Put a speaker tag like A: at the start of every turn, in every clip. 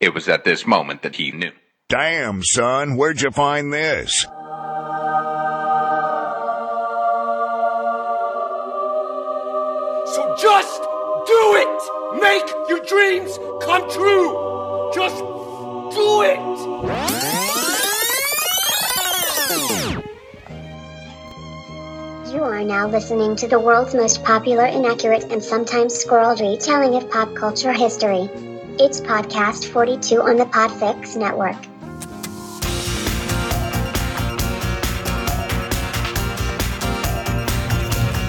A: It was at this moment that he knew.
B: Damn, son, where'd you find this?
C: So just do it! Make your dreams come true! Just do it!
D: You are now listening to the world's most popular, inaccurate, and sometimes squirreled retelling of pop culture history. It's podcast 42 on the Podfix Network.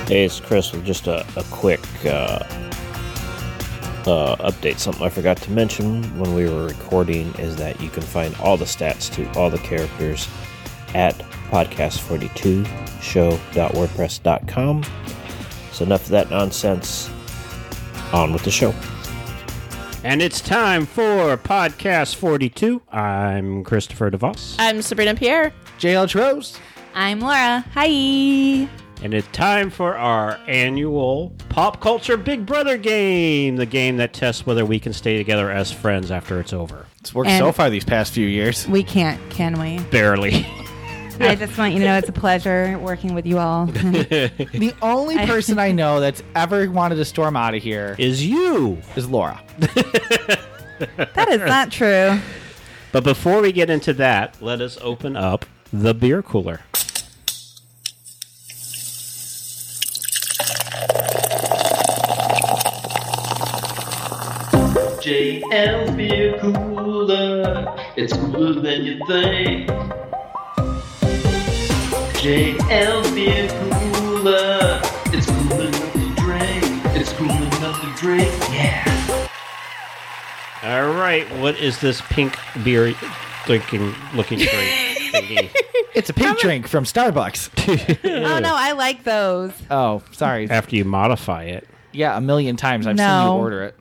E: Hey, it's Chris with just a, a quick uh, uh, update. Something I forgot to mention when we were recording is that you can find all the stats to all the characters at podcast42show.wordpress.com. So, enough of that nonsense. On with the show. And it's time for Podcast 42. I'm Christopher DeVos.
F: I'm Sabrina Pierre.
G: JL Trose.
H: I'm Laura. Hi.
E: And it's time for our annual Pop Culture Big Brother game, the game that tests whether we can stay together as friends after it's over.
G: It's worked
H: And-
G: so far these past few years.
H: We can't, can we?
E: Barely.
H: I just want you to know it's a pleasure working with you all.
G: The only person I know that's ever wanted to storm out of here
E: Is you.
G: is Laura.
H: that is not true.
E: But before we get into that, let us open up the beer cooler.
I: JL beer cooler. It's cooler than you think. JL beer cooler. It's cool enough to drink. It's cool enough to drink. Yeah.
E: All right, what is this pink beer drinking looking drink?
G: It's a pink drink from Starbucks.
H: Oh no, I like those.
G: Oh, sorry.
E: After you modify it,
G: Yeah, a million times I've seen
H: No.
G: you order it.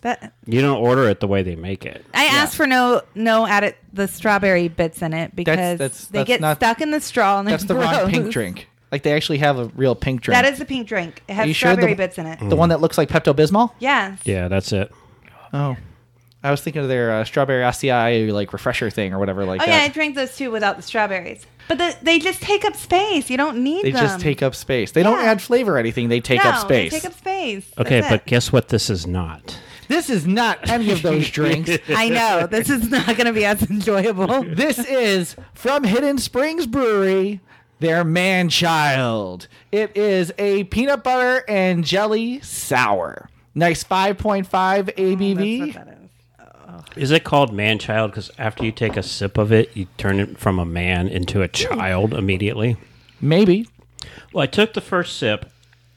H: That
E: you don't order it the way they make it.
H: I asked for no no added the strawberry bits in it because
G: that's-
H: they
G: that's
H: get
G: not-
H: stuck in the straw and they're
G: That's the wrong pink
H: gross.
G: drink. Like they actually have a real pink drink.
H: That is the pink drink. It
G: Are you
H: has
G: sure the- Mm.
H: strawberry bits in it.
G: the one that looks like Pepto Bismol.
H: Yes.
E: Yeah, that's it.
G: Oh, I was thinking of their uh, strawberry acai like refresher thing or whatever like
H: Oh yeah, I
G: that.
H: drink those too without the strawberries. But the, they just take up space. You don't need
G: they
H: them.
G: just take up space. They
H: um,
G: don't
H: Yeah.
G: add flavor or anything. They take
H: no,
G: up space.
H: They take up space.
E: Okay,
H: That's
E: but
H: it.
E: guess what this is not?
G: this is not any of those drinks.
H: I know this is not going to be as enjoyable.
G: This is from Hidden Springs Brewery, their man child. It is a peanut butter and jelly sour. Nice 5.5 ABV.
H: Oh, That's what that is.
E: Is it called man child because after you take a sip of it, you turn it from a man into a child immediately?
G: Maybe.
E: Well, I took the first sip,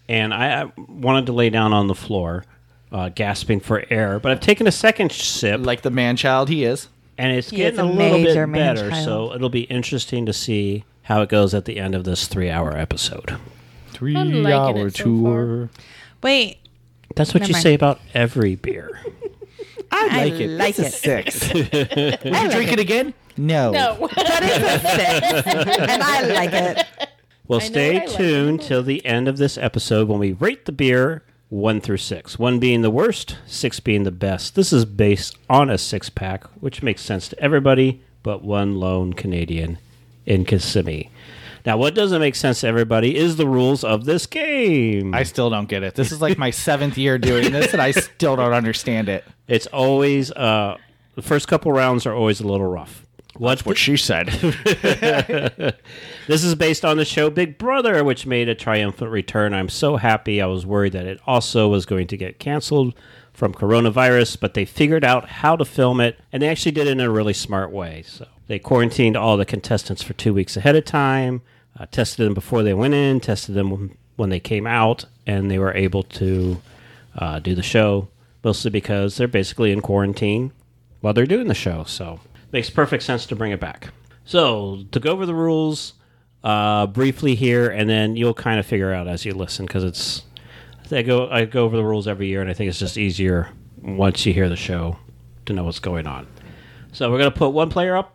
E: and I I wanted to lay down on the floor, uh, gasping for air. But I've taken a second sip,
G: Like the man child he is.
E: and it's
H: He
E: getting
H: is
E: a,
H: a
E: little
H: major
E: bit
H: man
E: better.
H: child.
E: So it'll be interesting to see how it goes at the end of this three-hour episode.
G: Three
F: I'm liking it so tour. Wait,
E: That's what
H: Never
E: you
H: mind.
E: say about every beer.
G: I like
H: I
G: it.
H: like
G: This is six. Would you drink it again? No.
F: no.
H: That is a six, and I like it.
E: Well,
F: know
E: stay
F: what I like.
E: tuned till the end of this episode when we rate the beer one through six. One being the worst, six being the best. This is based on a six pack, which makes sense to everybody but one lone Canadian in Kissimmee. Now, what doesn't make sense to everybody is the rules of this game.
G: I still don't get it. This is like my seventh year doing this, and I still don't understand it.
E: it's always uh, the first couple rounds are always a little rough. What
G: What she said.
E: This is based on the show Big Brother, which made a triumphant return. I'm so happy. I was worried that it also was going to get canceled from coronavirus, but they figured out how to film it, and they actually did it in a really smart way. So they quarantined all the contestants for two weeks ahead of time, uh, tested them before they went in, tested them when- when they came out, and they were able to uh, do the show mostly because they're basically in quarantine while they're doing the show. So makes perfect sense to bring it back. So to go over the rules uh, briefly here, and then you'll kind of figure out as you listen because it's I go I go over the rules every year, and I think it's just easier once you hear the show to know what's going on. So we're gonna put one player up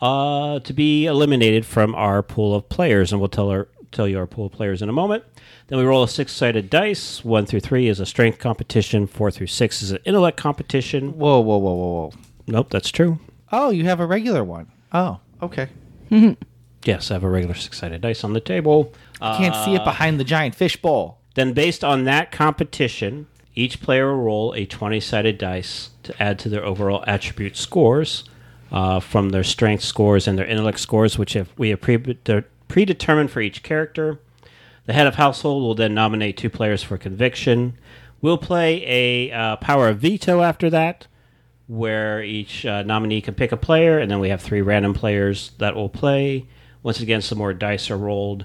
G: uh, to be eliminated from our pool of players, and we'll tell our tell you our pool of players in a moment. Then we roll a six sided dice. One through three is a strength competition. Four through six is an intellect competition.
C: Whoa, whoa, whoa, whoa, whoa.
G: Nope, that's true.
C: Oh, you have a regular one. Oh, okay.
G: Yes, I have a regular six sided dice on the table.
C: I can't see it behind the giant fish bowl.
G: Then, based on that competition, each player will roll a 20 sided dice to add to their overall attribute scores uh, from their strength scores and their intellect scores, which have, we have pre- de- predetermined for each character. The head of household will then nominate two players for conviction. We'll play a uh, power of veto after that, where each uh, nominee can pick a player, and then we have three random players that will play. Once again, some more dice are rolled.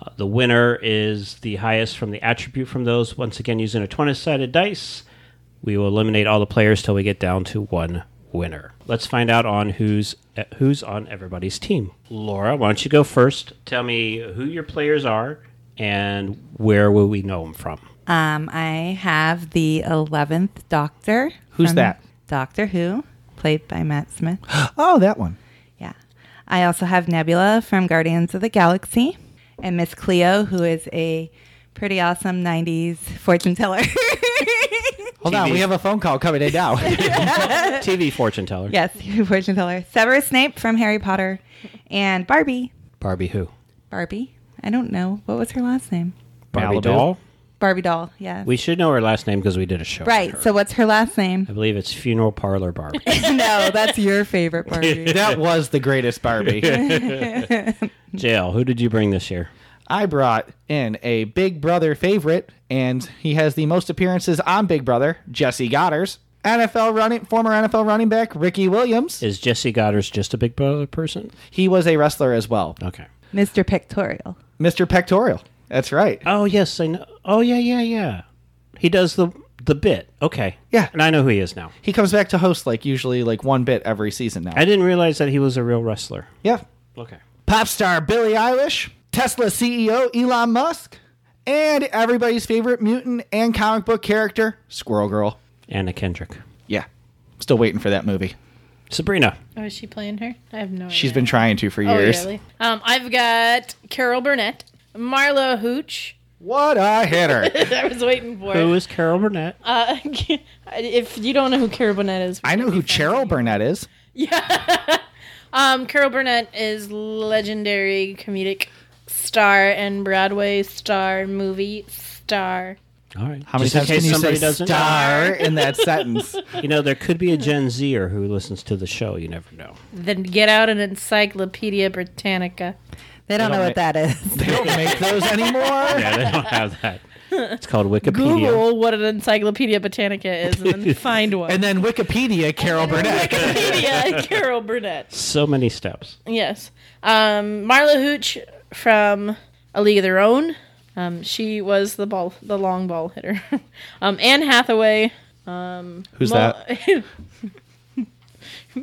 G: Uh, the winner is the highest from the attribute from those. Once again, using a 20 sided dice, we will eliminate all the players till we get down to one winner. Let's find out on who's uh, who's on everybody's team. Laura, why don't you go first? Tell me who your players are and where will we know them from?
H: Um, I have the eleventh Doctor.
C: Who's
H: from
C: that?
H: Doctor Who, played by Matt Smith.
C: Oh, that one.
H: Yeah. I also have Nebula from Guardians of the Galaxy and Miss Cleo, who is a pretty awesome 90s fortune teller.
C: Hold on, Ah, we have a phone call coming in now.
G: TV fortune teller.
H: yes, fortune teller. Severus Snape from Harry Potter and Barbie.
G: Barbie who?
H: Barbie? I don't know. What was her last name?
G: Barbie
C: Malibu.
G: doll.
H: Barbie doll, yeah.
G: We should know her last name because we did a show. on
H: right.
G: her.
H: So what's her last
G: I
H: name?
G: believe it's funeral parlor Barbie.
H: no, that's your favorite Barbie.
C: that was the greatest Barbie.
G: Jail. Who did you bring this year?
C: I brought in a Big Brother favorite, and he has the most appearances on Big Brother, Jesse Godders. NFL running former NFL running back Ricky Williams.
G: Is Jesse Goddard's just a Big Brother person?
C: He was a wrestler as well.
G: Okay.
H: Mr. Pictorial.
C: Mr. Pectorial. That's right.
G: Oh yes, I know. Oh yeah, yeah, yeah. He does the the bit. Okay.
C: Yeah.
G: And I know who he is now.
C: He comes back to host like usually like one bit every season now.
G: I didn't realize that he was a real wrestler.
C: yeah.
G: Okay.
C: Pop star Billie Eilish, Tesla CEO Elon Musk, and everybody's favorite mutant and comic book character, Squirrel Girl.
G: Anna Kendrick.
C: Yeah. Still waiting for that movie.
G: Sabrina.
E: Oh, is she playing her? I have no idea.
C: She's been trying to for
E: Oh,
C: years.
E: really? Um, I've got Carol Burnett, Marla Hooch.
C: What a hitter.
E: I was waiting for
G: Who
E: it.
G: is Carol Burnett?
E: Uh, if you don't know who Carol Burnett is,
C: I know who Cheryl Burnett is.
E: Um, Carol Burnett is legendary comedic star and Broadway star, movie star.
G: All right.
C: How many
G: Just in
C: times can
G: case
C: you say
G: somebody doesn't know.
C: star in that sentence?
G: You know, there could be a Gen Zer who listens to the show. You never know.
E: Then get out an Encyclopedia Britannica.
H: They don't know
C: don't
H: what that is.
C: They don't make those anymore.
G: Yeah, they don't have that. It's called Wikipedia.
E: Google what an Encyclopedia Britannica is, and then find one.
C: And then Wikipedia, Carol Burnett.
E: Wikipedia, Carol Burnett.
G: So many steps.
E: Yes. Um, Marla Hooch from A League of Their Own. Um, she was the ball, the long ball hitter. um, Anne Hathaway.
C: Who's
E: that?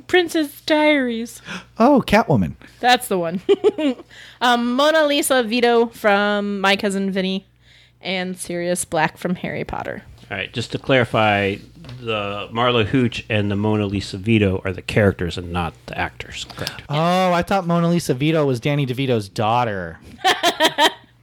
E: Princess Diaries.
C: Oh, Catwoman.
E: That's the one. um, Mona Lisa Vito from My Cousin Vinny, and Sirius Black from Harry Potter.
G: All right. Just to clarify, the Marla Hooch and the Mona Lisa Vito are the characters and not the actors. Correct.
C: Oh, I thought Mona Lisa Vito was Danny DeVito's daughter.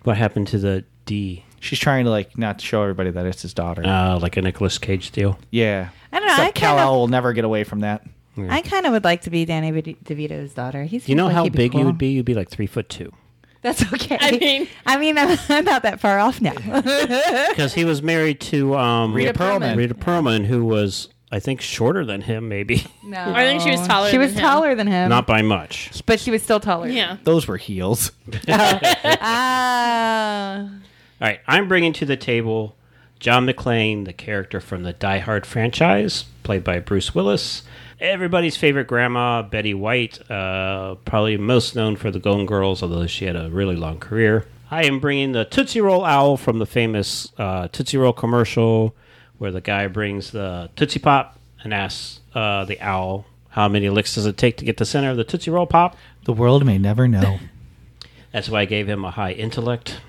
G: What happened to the D?
C: She's trying to like not show everybody that it's his daughter.
G: Uh, like a Nicolas Cage deal.
C: yeah.
H: I don't know, I
C: Except
H: kind
C: Kal-El
H: of-
C: will never get away from that.
H: I kind of would like to be Danny De- DeVito's daughter. He's
G: You know how big you would be? You'd be like three foot two.
H: That's okay.
E: I mean-
H: I mean, I'm, I'm not that far off now.
G: Because he was married to um,
C: Rita Perlman.
G: Rita Perlman, who was, I think, shorter than him, maybe.
H: No,
E: I think she was taller
H: She was
E: than him.
H: taller than him,
G: Not by much.
H: but she was still taller.
E: Yeah.
C: Those were heels.
H: Ah,
G: All right, I'm bringing to the table John McClane, the character from the Die Hard franchise, played by Bruce Willis. Everybody's favorite grandma, Betty White, uh, probably most known for the Golden Girls, although she had a really long career. I am bringing the Tootsie Roll Owl from the famous uh, Tootsie Roll commercial, where the guy brings the Tootsie Pop and asks uh, the owl, How many licks does it take to get the center of the Tootsie Roll Pop?
C: The world may never know.
G: That's why I gave him a high intellect.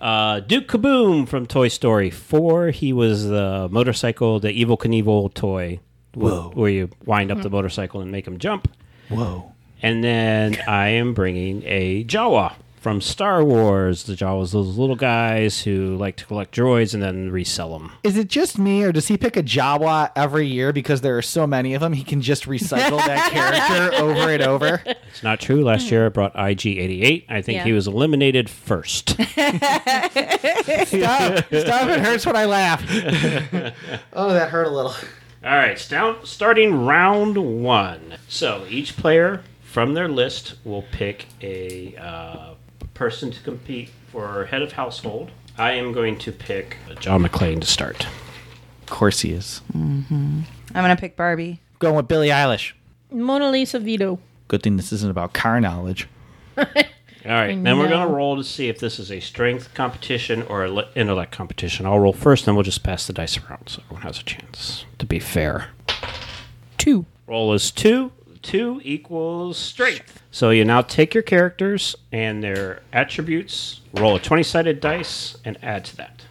G: Uh, Duke Kaboom from Toy Story 4. He was the motorcycle, the Evil Knievel toy, wh- where you wind up the motorcycle and make him jump.
C: Whoa.
G: And then I am bringing a Jawa from Star Wars. The Jawas, those little guys who like to collect droids and then resell them.
C: Is it just me, or does he pick a Jawa every year because there are so many of them? He can just recycle that character over and over.
G: It's not true. Last year I brought IG88. I think
J: Yeah.
G: he was eliminated first.
C: Stop! Stop! It hurts when I laugh. oh, that hurt a little.
G: All right, stout, starting round one. So each player from their list will pick a uh, person to compete for head of household. I am going to pick John McClane to start.
C: Of course he is.
H: I'm gonna pick Barbie.
C: Going with Billie Eilish.
J: Mona Lisa Vito.
C: Good thing this isn't about car knowledge.
G: All right, then we're
J: No.
G: going to roll to see if this is a strength competition or an intellect competition. I'll roll first, then we'll just pass the dice around so everyone has a chance to be fair.
J: Two.
G: Roll is two. Two equals strength. So you now take your characters and their attributes, roll a 20 sided dice, and add to that.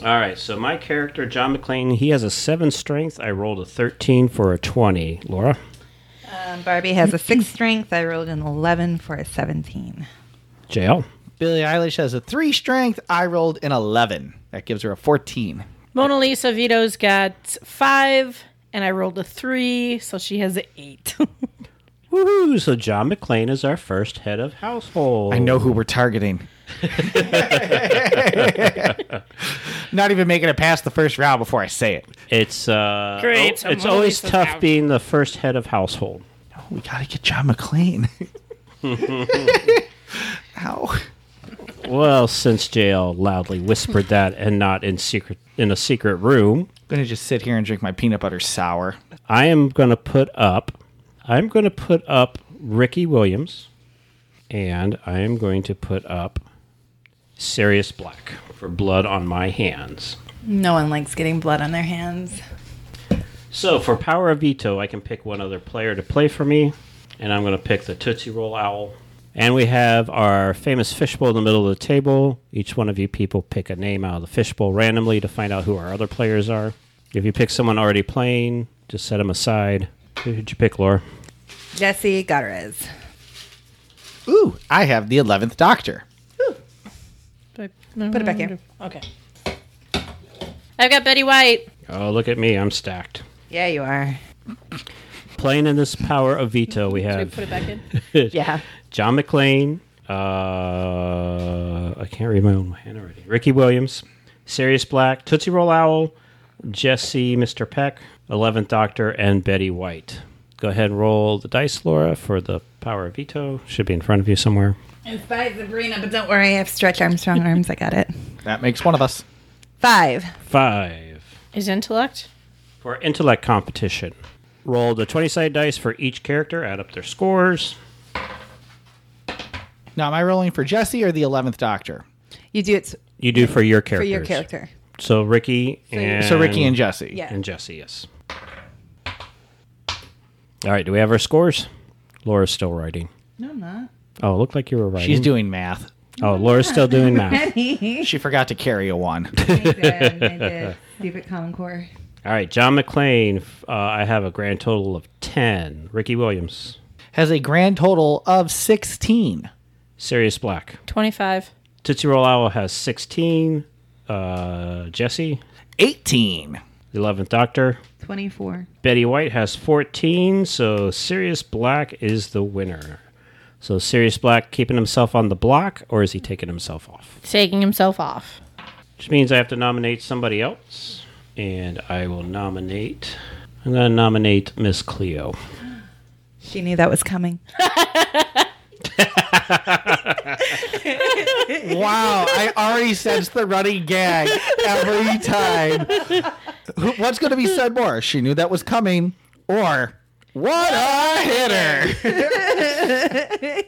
G: All right, so my character, John McClane, he has a 7 strength. I rolled a 13 for a 20. Laura?
H: Um, Barbie has a six strength. I rolled an eleven for a seventeen.
G: JL?
C: Billie Eilish has a three strength. I rolled an eleven. That gives her a fourteen.
J: Mona Lisa Vito's got five, and I rolled a three, so she has an eight.
G: Woohoo! So John McClane is our first head of household.
C: I know who we're targeting. Not even making it past the first round before I say it.
G: It's, uh,
J: Great,
G: oh,
J: so
G: it's
J: Mona
G: always
J: Lisa's
G: tough
J: out.
G: being the first head of household.
C: We gotta get John McClane. Ow.
G: Well, since JL loudly whispered that and not in secret in a secret room,
C: gonna just sit here and drink my peanut butter sour.
G: I am going to put up. I'm going to put up Ricky Williams, and I am going to put up Sirius Black for blood on my hands.
H: No one likes getting blood on their hands.
G: So for power of veto, I can pick one other player to play for me, and I'm going to pick the Tootsie Roll Owl. And we have our famous fishbowl in the middle of the table. Each one of you people pick a name out of the fishbowl randomly to find out who our other players are. If you pick someone already playing, just set them aside. Who did you pick, Laura?
H: Jesse Gutierrez.
C: Ooh, I have the eleventh Doctor.
J: Put
H: Put it back here.
J: Okay. I've got Betty White.
G: Oh, look at me. I'm stacked.
H: Yeah, you are.
G: Playing in this power of veto, we
J: Should we
G: have
J: put it back in?
H: Yeah.
G: John McClane. Uh, I can't read my own hand already. Ricky Williams, Sirius Black, Tootsie Roll Owl, Jesse, Mr. Peck, Eleventh Doctor, and Betty White. Go ahead and roll the dice, Laura, for the power of veto. Should be in front of you somewhere.
H: It's by Sabrina, but don't worry, I have stretch arms, strong arms. I got it.
C: That makes one of us.
H: Five.
G: Five
J: Is intellect?
G: for intellect competition. Roll the twenty sided dice for each character. Add up their scores.
C: Now, am I rolling for Jesse or the eleventh Doctor?
H: You do it s-
G: You do for your character.
H: for your character.
G: So Ricky and
C: So Ricky and Jesse.
H: Yeah.
G: And Jesse, yes. All right, do we have our scores? Laura's still writing.
H: No, I'm not.
G: Oh, it looked like you were writing.
C: She's doing math.
G: Oh, Laura's still doing math.
C: She forgot to carry a one.
H: Stupid Common Core.
G: All right, John McClane. f- Uh, I have a grand total of ten. Ricky Williams,
C: Has a grand total of sixteen.
G: Sirius Black,
J: 25.
G: Tootsie Roll Owl has sixteen. Uh, Jesse,
C: Eighteen.
G: the Eleventh Doctor,
H: 24.
G: Betty White has 14, so Sirius Black is the winner. So Sirius Black keeping himself on the block, or is he taking himself off?
J: Taking himself off.
G: Which means I have to nominate somebody else, and I will nominate. I'm going to nominate Miss Cleo.
H: She knew that was coming.
C: Wow, I already sensed the running gag every time. Who- What's going to be said more? She knew that was coming, or what a hitter!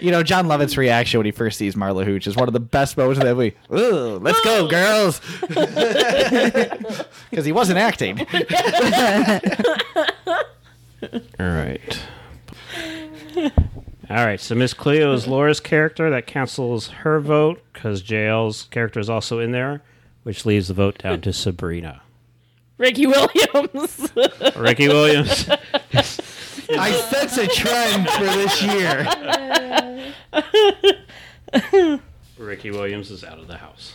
C: you know, John Lovett's reaction when he first sees Marla Hooch is one of the best moments of that movie. Ooh, let's go, girls! Because he wasn't acting.
G: All right. All right, so Miss Cleo is Laura's character. That cancels her vote because JL's character is also in there, which leaves the vote down to Sabrina.
J: Ricky Williams.
G: Ricky Williams
C: I sense a trend for this year.
H: Ricky Williams is out of the house.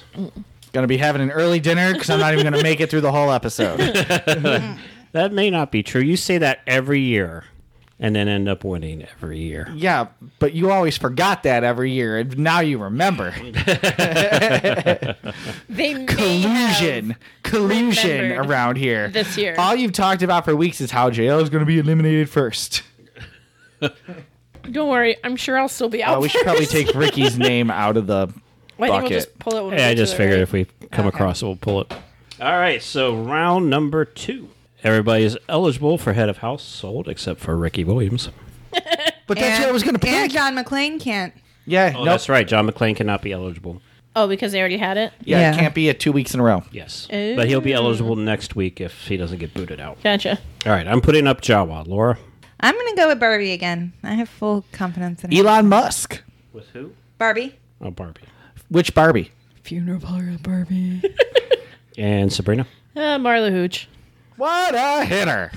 C: Gonna be having an early dinner because I'm not even gonna make it through the whole episode.
H: That may not be true. You say that every year and then end up winning every year.
C: Yeah, but you always forgot that every year, and now you remember.
G: They may
C: collusion, collusion
G: remembered
C: around here.
G: this year.
C: all you've talked about for weeks is how JL is going to be eliminated first.
G: have- Don't worry, I'm sure I'll still be out.
C: Uh, we should probably
G: first.
C: take Ricky's name out of the
G: I think we'll
C: bucket.
G: just pull it. When we
H: Hey, I
G: get to
H: just
G: the
H: figured
G: right.
H: if we come across it, we'll pull it. All right, so round number two. Everybody is eligible for head of household except for Ricky Williams.
C: But that's what I was going to
E: And
C: pick.
E: John McClane can't.
C: Yeah,
H: Oh,
C: no,
H: that's right. John McClain cannot be eligible.
G: Oh, because they already had it. Oh.
C: yeah,
E: Yeah.
C: it can't be at two weeks in a row.
H: Yes. But he'll be eligible next week if he doesn't get booted out.
G: Gotcha.
H: All right, I'm putting up Jawa. Laura?
E: I'm gonna go with Barbie again. I have full confidence in her.
C: Elon Musk.
H: With who?
E: Barbie.
H: Oh, Barbie.
C: Which Barbie?
H: And Sabrina?
G: Uh, Marla Hooch.
C: What a hitter!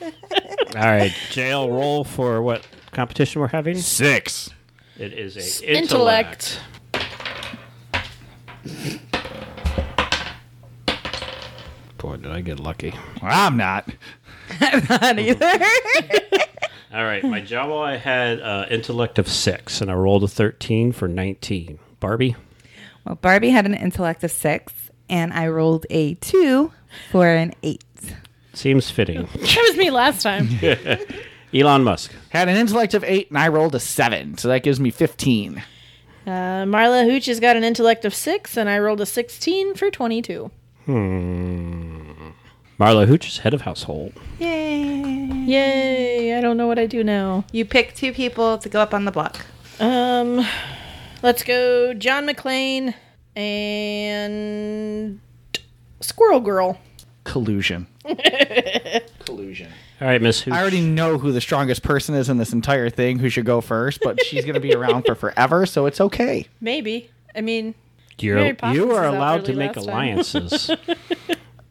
H: All right, jail roll for what competition we're having?
C: Six.
H: It is a
G: Intellect.
H: Boy, did I get lucky!
C: I'm not.
H: All right, my Jawa I had uh, intellect of six, and I rolled a thirteen for nineteen. Barbie,
E: Well, Barbie had an intellect of six, and I rolled a two for an eight.
H: seems fitting.
G: That was me last time.
H: Elon Musk,
C: Had an intellect of eight, and I rolled a seven, so that gives me fifteen.
G: Uh, Marla Hooch has got an intellect of six, and I rolled a 16 for 22.
H: Marla Hooch is head of household.
E: Yay!
G: Yay! I don't know what I do now.
E: You pick two people to go up on the block.
G: Um, let's go John McClane and Squirrel Girl.
C: Collusion. Collusion.
H: All right, Miss Hooch.
C: I already know who the strongest person is in this entire thing, who should go first, but she's going to be around for forever, so it's okay.
G: Maybe. I mean, Mary
H: You're,
G: Poppins
H: you are
G: is out
H: allowed to
G: early
H: make
G: last time.
H: alliances.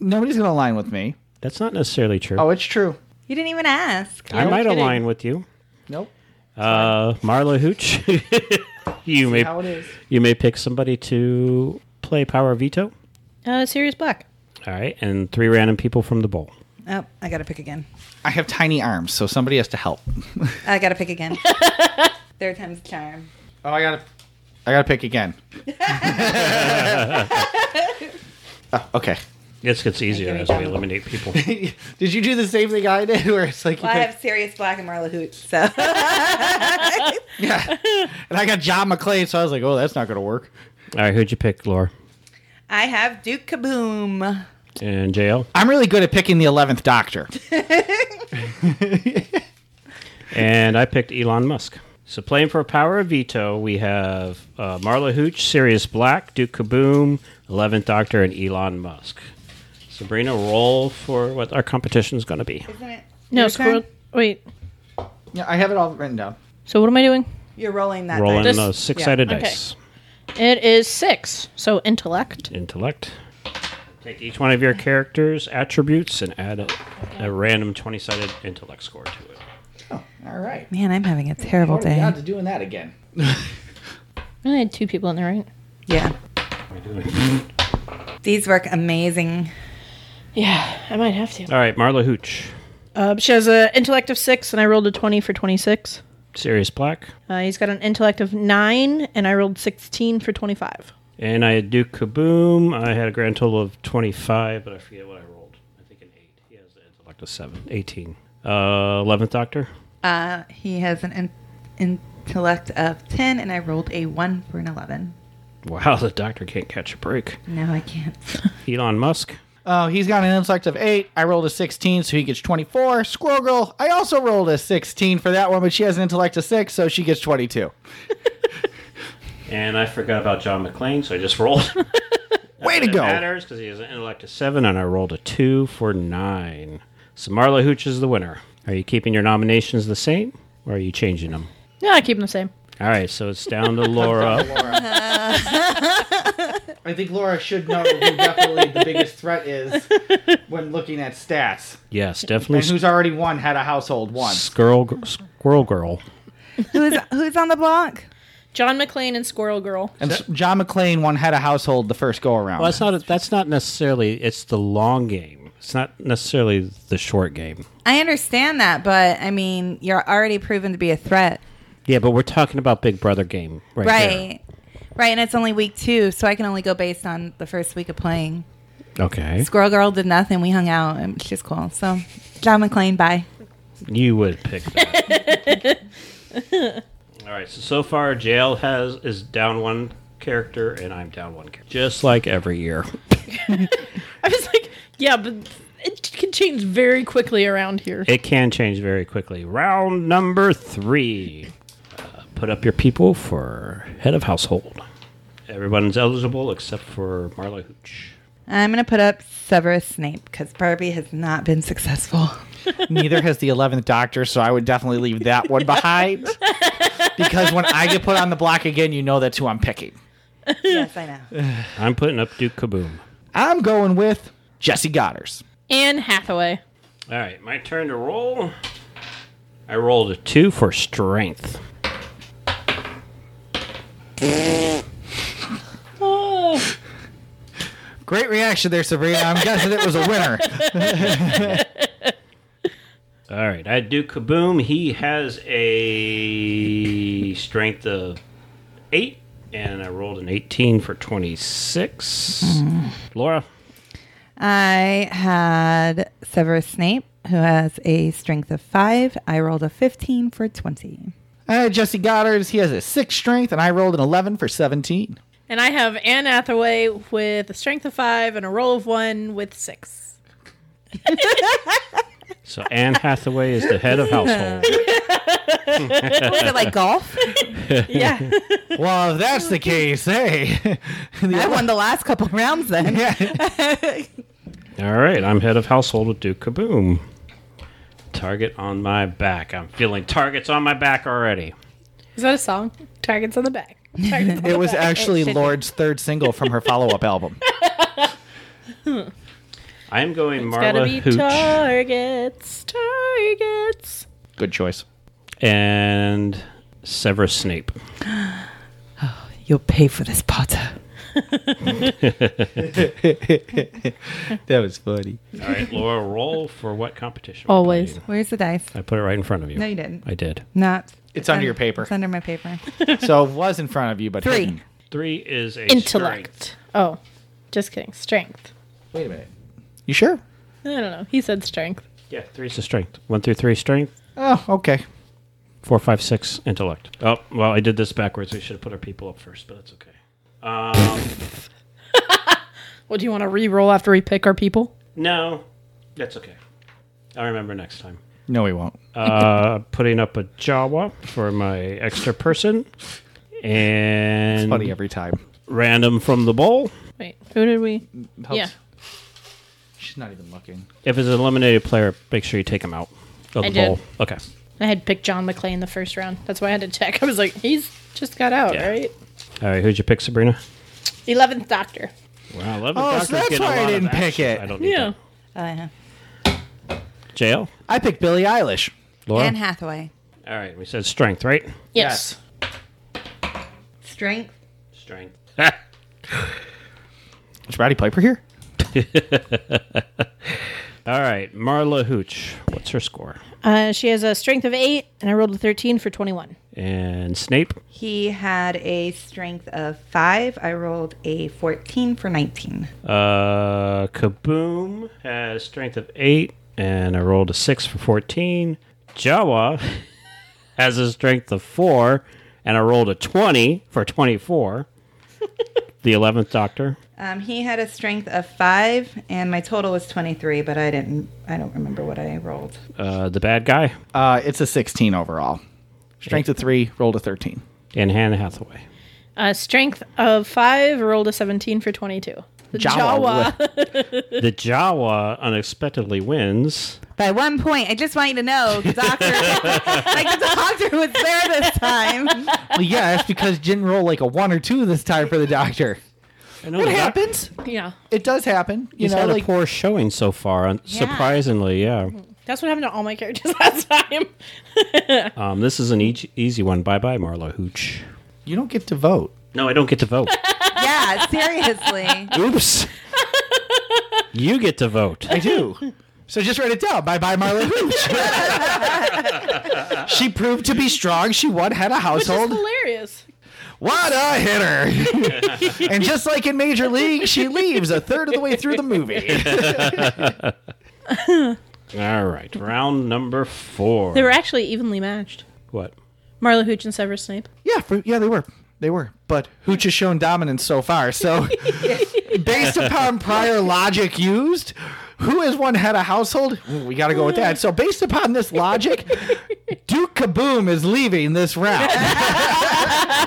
C: Nobody's going to align with me.
H: That's not necessarily true.
C: Oh, it's true.
E: You didn't even ask.
H: I might
G: kidding.
H: align with you.
C: Nope.
H: Uh, Marla Hooch, you may
C: How it is.
H: you may pick somebody to play power veto.
G: uh, Sirius Black.
H: All right, and three random people from the bowl.
E: Oh, I gotta pick again.
C: I have tiny arms, so somebody has to help.
E: I gotta pick again. Third time's a charm.
C: Oh, I gotta, I gotta pick again. oh, okay.
H: This gets easier as we eliminate people.
C: Did you do the same thing I did, where it's like, you
E: Well, I
C: pick-
E: have Sirius Black and Marla Hooch, so
C: and I got John McClane, so I was like, oh, that's not gonna work.
H: All right, who'd you pick, Laura?
E: I have Duke Kaboom.
H: And JL?
C: I'm really good at picking the eleventh Doctor.
H: And I picked Elon Musk. So playing for power of veto, we have uh, Marla Hooch, Sirius Black, Duke Kaboom, 11th Doctor, and Elon Musk. Sabrina, roll for what our competition is going to be.
E: Isn't it?
G: No,
E: your
G: Squirrel.
E: turn?
G: Wait.
C: Yeah, I have it all written down.
G: So what am I doing?
E: You're rolling that.
H: Rolling
E: dice.
H: the six-sided
G: okay.
H: dice.
G: It is six. So intellect.
H: Intellect. Take each one of your characters' attributes and add a, a random 20-sided intellect score to it.
C: All right.
E: Man, I'm having a terrible
C: What are we
E: day.
C: on to doing that again?
G: I only had two people in there, right?
E: Yeah. These work amazing.
G: Yeah, I might have to.
H: All right, Marla Hooch,
G: Uh, she has an intellect of six, and I rolled a 20 for 26.
H: Sirius Black,
G: Uh, he's got an intellect of nine, and I rolled 16 for 25.
H: And I had Duke Kaboom. I had a grand total of 25, but I forget what I rolled. I think an 8. He has an intellect of 7. 18. Uh, 11th Doctor?
E: Uh, he has an in- intellect of 10, and I rolled a 1 for an 11.
H: Wow, the Doctor can't catch a break.
E: No, I can't.
H: Elon Musk?
C: Oh, he's got an intellect of eight. I rolled a 16, so he gets 24. Squirrel Girl, I also rolled a 16 for that one, but she has an intellect of six, so she gets 22.
H: And I forgot about John McClane, so I just rolled.
C: Way to
H: It
C: go.
H: matters because he has an intellect of 7, and I rolled a 2 for 9. So Marla Hooch is the winner. Are you keeping your nominations the same, or are you changing them?
G: Yeah, I keep them the same.
E: All right, so it's down to Laura.
C: Laura. I think Laura should know who definitely the biggest threat is when looking at stats.
E: yes,
C: And
E: definitely
C: who's already won had a household once.
E: Squirrel Gr- Squirrel Girl.
G: Who's who's on the block?
J: John McClane and Squirrel Girl.
C: And s- John McClane one had a household the first go around.
E: Well, that's not that's not necessarily it's the long game. It's not necessarily the short game.
G: I understand that, but I mean, you're already proven to be a threat,
E: Yeah, but we're talking about Big Brother game right,
G: right? Right, and it's only week two, so I can only go based on the first week of playing.
E: there. Okay.
G: Squirrel Girl did nothing. We hung out, and she's cool. So, John McClane, bye.
E: You would pick that. All right. So so far, jail has is down one character, and I'm down one character, just like every year.
J: I was like, yeah, but it can change very quickly around here.
E: It can change very quickly. Round number three. Uh, put up your people for head of household. Everyone's eligible except for Marla Hooch.
G: I'm gonna put up Severus Snape because Barbie has not been successful.
C: Neither has the 11th Doctor, so I would definitely leave that one behind. because when I get put on the block again, you know that's who I'm picking.
G: yes, I know.
E: I'm putting up Duke Kaboom.
C: I'm going with Jesse Goddard's.
J: Anne Hathaway.
E: All right, my turn to roll. I rolled a two for strength.
C: Great reaction there, Sabrina. I'm guessing it was a winner.
E: All right, I do kaboom. He has a strength of eight, and I rolled an 18 for 26.
J: Mm-hmm.
E: Laura,
G: I had Severus Snape, who has a strength of five. I rolled a 15 for 20.
C: I had Uh, Jesse Goddard's. He has a six strength, and I rolled an 11 for 17.
J: And I have Anne Hathaway with a strength of five and a roll of one with six.
E: so Anne Hathaway is the head of household.
G: Is it like golf?
J: Yeah.
C: Well, if that's the case, hey,
G: I won the last couple rounds then.
E: All right, I'm head of household with Duke Kaboom. Target on my back. I'm feeling targets on my back already.
J: Is that a song? Targets on the back.
C: it was actually Lord's third single from her follow-up album.
E: I'm going
J: Gotta
E: Marla
J: be
E: Hooch.
J: targets. Targets.
C: Good choice.
E: and Severus Snape.
G: You'll pay for this, Potter.
C: That was funny.
E: All right, Laura, roll for what competition? we're
J: Always.
E: playing.
G: Where's the dice?
E: I put it right in front of you.
G: No, you didn't.
E: I did.
G: Not.
C: It's under your paper.
G: It's under my paper.
C: So it was in front of you, but
G: Three.
C: hidden.
E: Three is a
J: Intellect.
E: strength.
J: Oh, just kidding. Strength.
C: Wait a minute. You sure?
J: I don't know. He said strength.
E: Yeah, three is a strength. One through three, strength.
C: Oh, okay.
E: Four, five, six, intellect. Oh, well, I did this backwards. We should have put our people up first, but that's okay.
J: Well, do you want to re-roll after we pick our people?
E: No, that's okay. I'll remember next time.
C: No, he won't.
E: Uh, putting up a Jawa for my extra person. And
C: Funny every time.
E: random from the bowl.
J: Wait, who did we?
C: Helps.
J: Yeah.
C: She's not even looking.
E: If it's an eliminated player, make sure you take him out of
J: I
E: the
J: did.
E: bowl. Okay.
J: I had picked John McClane in the first round. That's why I had to check. I was like, he's just got out,
E: Yeah.
J: right?
E: All right, who'd you pick, Sabrina?
J: Eleventh Doctor.
E: Wow, Love
C: Oh, so
E: Doctor's
C: that's
E: getting a
C: why I
E: lot of
C: didn't pick
E: action.
C: it.
E: I don't need yeah.
G: Uh,
E: that. Jail?
C: I picked Billie Eilish.
E: Laura?
G: Anne Hathaway.
E: All right, we said strength, right?
J: Yes.
G: Strength.
E: Strength.
C: Is Roddy Piper here?
E: All right, Marla Hooch. What's her score?
J: Uh, she has a strength of eight, and I rolled a thirteen for twenty-one.
E: And Snape?
G: He had a strength of five. I rolled a 14 for 19.
E: Uh, Kaboom has strength of 8, and I rolled a 6 for 14. Jawa has a strength of 4, and I rolled a 20 for 24. the 11th Doctor.
G: Um, he had a strength of five, and my total was 23, but I didn't, I don't remember what I rolled.
E: Uh, the bad guy.
C: Uh, it's a 16 overall. Strength of three, rolled a 13.
E: And Hannah Hathaway.
J: Uh, strength of five, rolled a seventeen for twenty-two.
C: Jawa.
J: Jawa.
E: The Jawa unexpectedly wins.
G: By one point, I just want you to know, doctor, like the doctor was there this time.
C: Well, yeah, that's because didn't roll like a one or two this time for the doctor.
E: I know
C: It
E: the doc-
C: happens.
J: yeah.
C: It does happen. You
E: He's
C: know,
E: had
C: like
E: a poor showing so far, un- surprisingly, yeah.
J: That's what happened to all my characters last time.
E: Um, this is an easy, easy one. Bye bye, Marlo Hooch.
C: you don't get to vote.
E: No, I don't get to vote.
G: Yeah, seriously.
E: Oops. you get to vote.
C: I do. So just write it down. Bye bye, Marla Hooch. she proved to be strong. She won, had a
J: Which is
C: household.
J: hilarious.
C: What a hitter! and just like in Major League, she leaves a third of the way through the movie.
E: All right, round number four.
J: They were actually evenly matched.
E: what?
J: Marla Hooch and Severus Snape.
C: Yeah, for, yeah, they were. They were. But Hooch has shown dominance so far. So, based upon prior logic used, who has one head of household? Ooh, We got to go with that. So, based upon this logic, Duke Kaboom is leaving this round.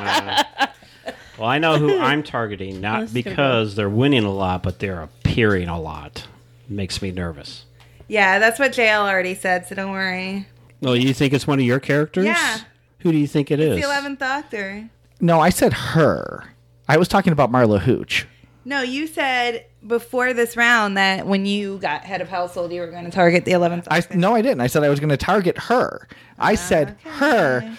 E: Well, I know who I'm targeting, not because they're winning a lot, but they're appearing a lot. Makes me nervous.
G: Yeah, that's what JL already said, so don't worry.
E: Oh, you think it's one of your characters?
G: Yeah.
E: Who do you think it is?
G: The 11th Doctor.
C: No, I said her. I was talking about Marla Hooch.
G: No, you said before this round that when you got head of household, you were going to target the 11th
C: I
G: Doctor.
C: no, I didn't. I said I was going to target her. I said her.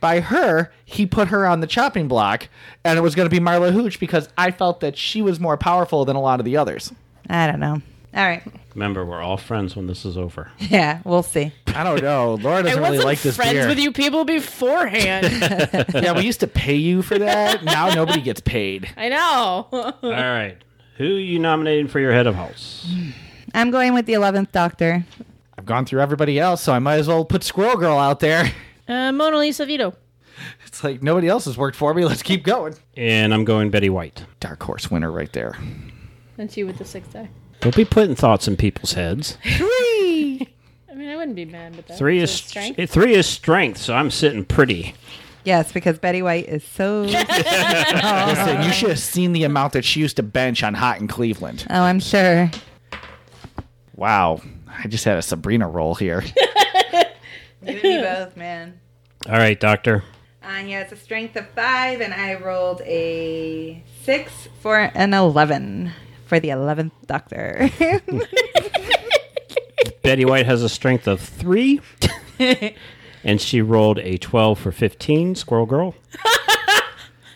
C: By her, he put her on the chopping block, and it was going to be Marla Hooch because I felt that she was more powerful than a lot of the others.
G: I don't know. All right.
E: Remember, we're all friends when this is over.
G: Yeah, we'll see.
C: I don't know. Laura
J: I
C: doesn't really
J: wasn't
C: like this
J: friends
C: beer.
J: with you people beforehand.
C: yeah, we used to pay you for that. Now nobody gets paid.
J: I know.
E: all right. Who you nominating for your head of house?
G: I'm going with the 11th Doctor.
C: I've gone through everybody else, so I might as well put Squirrel Girl out there.
J: Uh, Mona Lisa Vito.
C: It's like nobody else has worked for me. Let's keep going.
E: And I'm going Betty White.
C: Dark horse winner right there.
J: That's you with the sixth eye.
E: Don't be putting thoughts in people's heads.
J: I mean, I wouldn't be mad, but that's
E: Three
J: a
E: is
J: strength.
E: eh, three is strength, so I'm sitting pretty.
G: Yes, because Betty White is so. oh,
J: Uh,
C: Listen, you should have seen the amount that she used to bench on Hot in Cleveland.
J: Uh,
G: I'm sure.
C: Wow. I just had a Sabrina roll here.
G: You and me both, man.
E: All right, doctor.
G: Uh, yeah, it's a strength of five, and I rolled a six for an 11 for the 11th Doctor.
E: Betty White has a strength of three, and she rolled a twelve for fifteen. Squirrel Girl.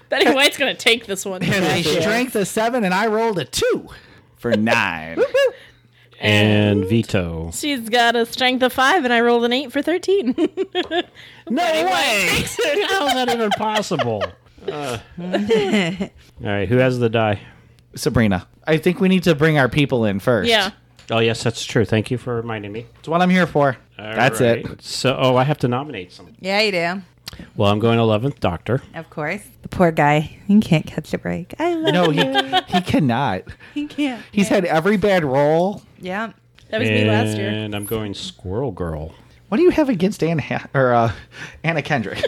J: Betty White's gonna take this one.
C: A strength of seven, and I rolled a two for nine.
E: and Vito.
J: She's got a strength of five, and I rolled an eight for thirteen.
E: No way! How's that even possible? Uh. all right, who has the die?
C: Sabrina, I think we need to bring our people in first.
J: yeah,
E: Oh yes, that's true. Thank you for reminding me.
C: It's what I'm here for.
E: All
C: That's it.
E: right. So, oh, I have to nominate someone.
G: yeah, you do.
E: Well, I'm going eleventh Doctor.
G: Of course. The poor guy. He can't catch a break. I love
C: No, he, he cannot.
G: He can't.
C: He's had every bad roll.
G: Yeah.
J: that was
E: and
J: me last year.
E: I'm going Squirrel Girl.
C: What do you have against Anna ha- or uh, Anna Kendrick?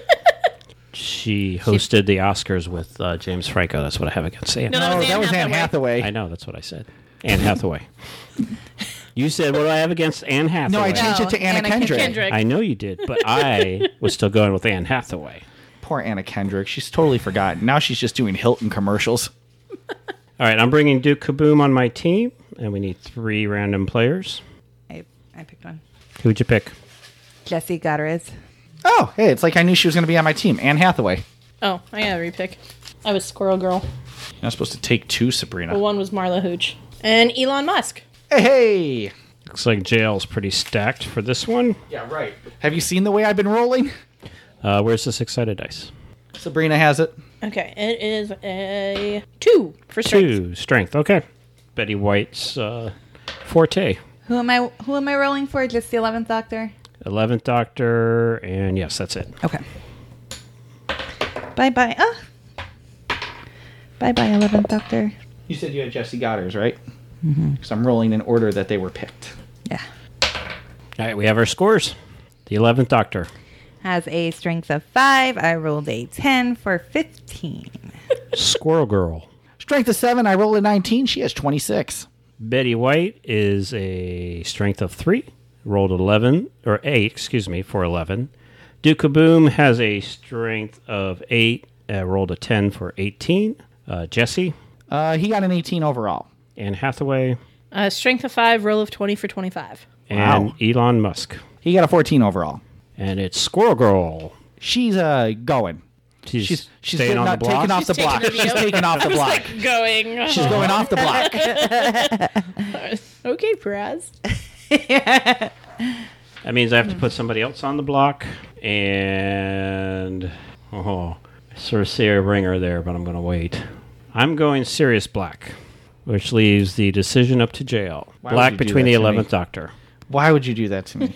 E: She hosted the Oscars with uh, James Franco. That's what I have against Anne.
J: No, that was Anne
C: Anne Hathaway.
E: I know. That's what I said. Anne Hathaway. you said what do I have against Anne
C: No,
E: Hathaway?
C: I changed it to
G: No,
C: Anna,
G: Anna
C: Kendrick.
J: Kendrick.
E: I know you did, but I was still going with Anne Hathaway.
C: Poor Anna Kendrick. She's totally forgotten. Now she's just doing Hilton commercials.
E: All right, I'm bringing Duke Kaboom on my team, and we need three random players.
G: I, I picked one.
E: Who'd you pick?
G: Jesse Gutierrez.
C: Oh, hey, it's like I knew she was going to be on my team. Anne Hathaway.
J: oh, I gotta repick. I was Squirrel Girl.
C: You're not supposed to take two, Sabrina.
J: The one was Marla Hooch and Elon Musk.
C: Hey, hey.
E: Looks like jail's pretty stacked for this one.
C: Yeah, right. Have you seen the way I've been rolling?
E: Uh, where's the six sided dice?
C: Sabrina has it.
J: Okay, it is a two for strength.
E: Two strength. Okay, Betty White's uh, forte.
G: Who am I who am I rolling for? Just the 11th Doctor?
E: Eleventh Doctor, and yes, that's it.
G: Okay. Bye bye. Oh. Bye bye, 11th Doctor.
C: You said you had Jesse Goddard's, right? Because I'm rolling in order that they were picked.
G: Yeah.
E: All right, we have our scores. The eleventh Doctor.
G: Has a strength of five. I rolled a 10 for 15.
E: Squirrel Girl.
C: Strength of seven. I rolled a 19. She has 26.
E: Betty White is a strength of three, rolled 11, or eight, excuse me, for 11. Duke Kaboom has a strength of eight, uh, rolled a 10 for 18. Uh, Jesse
C: Uh, he got an 18 overall.
E: Anne Hathaway
J: Uh, strength of five, roll of 20 for 25.
E: and Elon Musk.
C: He got a 14 overall.
E: And it's Squirrel Girl.
C: She's uh going.
E: She's,
C: She's she's
E: staying on the
C: not
E: block.
C: taking off the
J: She's
C: block.
J: taking a
C: She's
J: video.
C: taking off the block.
J: Going.
C: She's going off the block.
J: okay, Peraz.
E: That means I have to
H: Hmm.
E: put somebody else on the block. And oh, Cersei Ringer there, but I'm going to wait. I'm going Sirius Black, which leaves the decision up to JL.
C: Why
E: Black
C: would you do
E: between
C: that
E: the
C: to me?
E: eleventh Doctor.
C: Why would you do that to me?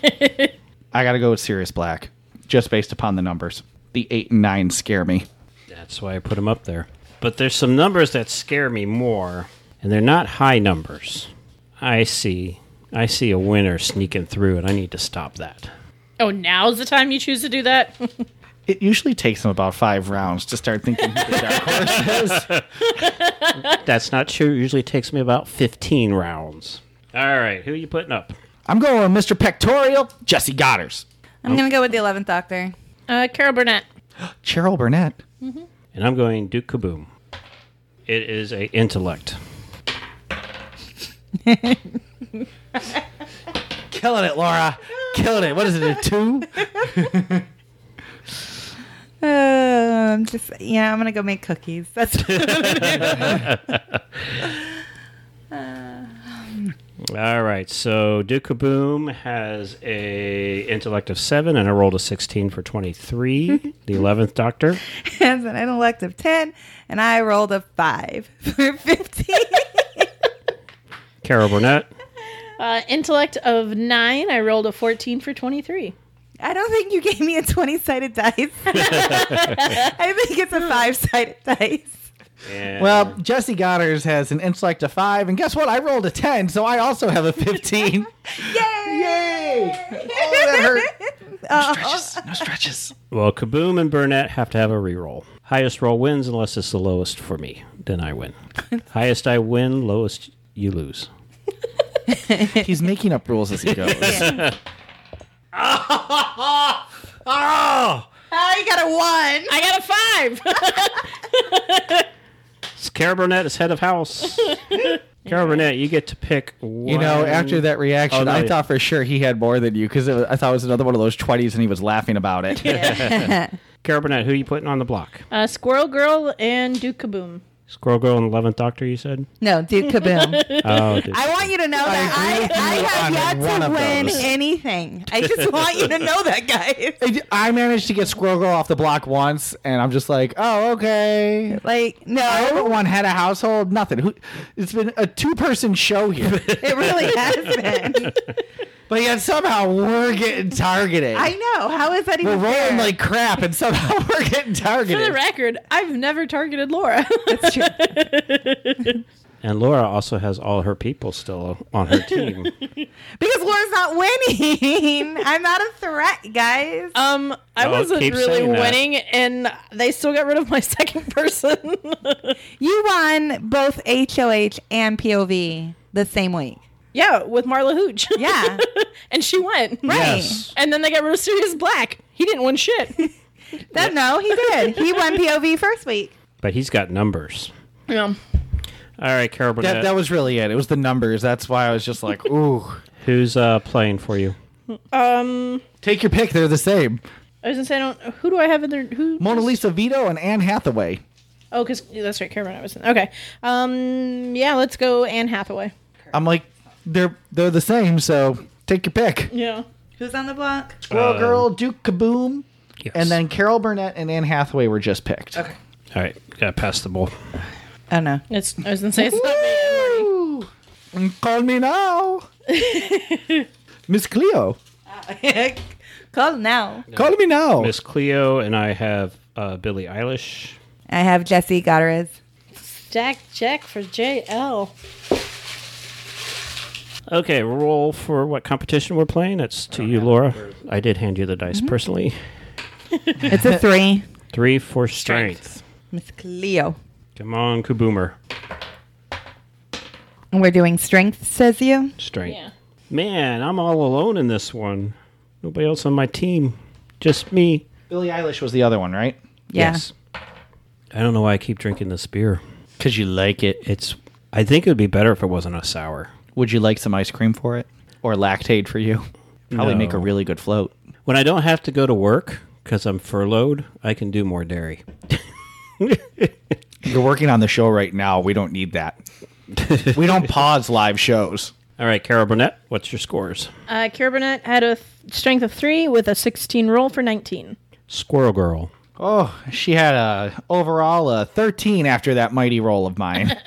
C: I gotta go with Sirius Black, just based upon the numbers. The eight and nine scare me.
E: That's why I put him up there. But there's some numbers that scare me more, and they're not high numbers. I see, I see a winner sneaking through, and I need to stop that.
J: Oh, now's the time you choose to do that?
C: It usually takes them about five rounds to start thinking who the dark horse is.
E: That's not true. It usually takes me about 15 rounds. All right, who you putting up?
C: I'm going with Mr. Pectorial, Jesse Godders,
G: I'm gonna go with the eleventh Doctor.
J: uh, Carol Burnett.
C: Cheryl Burnett.
E: And I'm going Duke Kaboom. It is a intellect.
C: Killing it, Laura. Killing it. What is it? A two?
G: Uh, I'm just yeah. I'm gonna go make cookies. That's
E: All right, so Duke Kaboom has a intellect of seven, and I rolled a 16 for 23. the 11th Doctor.
G: has an intellect of ten, and I rolled a five for fifteen.
E: Carol Burnett.
J: Uh, intellect of nine. I rolled a 14 for 23.
G: I don't think you gave me a twenty-sided dice. I think it's a five-sided dice.
E: And
C: Well, Jesse Godders has an intellect of five, and guess what? I rolled a ten, so I also have a fifteen. Yay! Yay! Oh, that hurt. No stretches. No stretches.
E: Well, Kaboom and Burnett have to have a reroll. Highest roll wins unless it's the lowest for me. Then I win. Highest I win, lowest you lose.
C: He's making up rules as he goes.
G: Oh, you got a one.
J: I got a five.
E: It's Carol Burnett is head of house. Carol Burnett, you get to pick one.
C: You know, after that reaction,
E: Oh, no,
C: I
E: yeah.
C: thought for sure he had more than you because I thought it was another one of those twenties, and he was laughing about it.
E: Carol Burnett, who you putting on the block?
J: uh, Squirrel Girl and Duke Kaboom.
E: Squirrel Girl and 11th Doctor, you said?
G: No, dude, kaboom.
E: Oh, dude.
G: I want you to know that I, I
C: on
G: have
C: one
G: yet to
C: of
G: win
C: those.
G: anything. I just want you to know that, guys.
C: I- I managed to get Squirrel Girl off the block once, and I'm just like, oh okay.
G: Like,
C: I haven't
G: no,
C: won head of household. Nothing. Who, it's been a two person show here.
G: it really has been.
C: But yet somehow we're getting targeted.
G: I know. How is that
C: we're
G: even fair?
C: rolling like crap, and somehow we're getting
J: For the
C: targeted.
J: record, I've never targeted Laura.
G: That's true.
E: and Laura also has all her people still on her team.
G: Because Laura's not winning. I'm not a threat, guys.
J: um, I
E: Oh,
J: wasn't
E: keep
J: really
E: saying that.
J: winning, and they still got rid of my second person.
G: You won both HOH and POV the same week.
J: yeah, with Marla Hooch.
G: Yeah.
J: and she went.
G: Right.
E: yes.
J: And then they got rid of Sirius Black. He didn't win shit.
G: That, no, he did. He won POV first week.
E: But he's got numbers.
J: yeah.
E: All right, Carol Burnett,
C: That, that was really it. It was the numbers. That's why I was just like, ooh.
E: who's uh, playing for you?
J: Um,
C: Take your pick. They're the same.
J: I was gonna say, I don't. Who do I have in there? Who?
C: Mona Lisa Vito and Anne Hathaway.
J: Oh, because that's right, Cameron. I was okay. Um, yeah, let's go Anne Hathaway.
C: I'm like, they're they're the same. So take your pick.
J: Yeah.
G: Who's on the block?
C: Squirrel Girl, Duke Kaboom,
E: Yes.
C: and then Carol Burnett and Anne Hathaway were just picked. Okay.
E: All right, got to pass the ball.
G: Oh, no.
J: It's, I was gonna say it's not me.
C: Call me now, Miss Cleo.
G: Call now.
C: Call me now.
E: Miss Cleo and I have uh, Billie Eilish.
G: I have Jesse Gutierrez.
J: Jack, Jack for JL.
E: Okay, roll for what competition we're playing. That's to you, Laura. I did hand you the dice personally.
G: Mm-hmm. It's a three.
E: Three for strength.
G: Miss Cleo.
E: Come on, Kaboomer.
G: And we're doing strength, says you.
E: Strength.
J: Yeah.
E: Man, I'm all alone in this one. Nobody else on my team. Just me.
C: Billie Eilish was the other one, right?
G: Yeah.
E: I don't know why I keep drinking this beer.
C: Because you like it.
E: It's. I think it would be better if it wasn't a sour.
C: Would you like some ice cream for it? Or lactate for you? Probably make a
E: No.
C: really good float.
E: When I don't have to go to work because I'm furloughed, I can do more dairy.
C: You're working on the show right now. We don't need that. we don't pause live shows.
E: All right, Carol Burnett, what's your scores?
J: Uh, Kira Burnett had a th- strength of three with a 16 roll for 19.
E: Squirrel Girl.
C: Oh, she had a overall a 13 after that mighty roll of mine.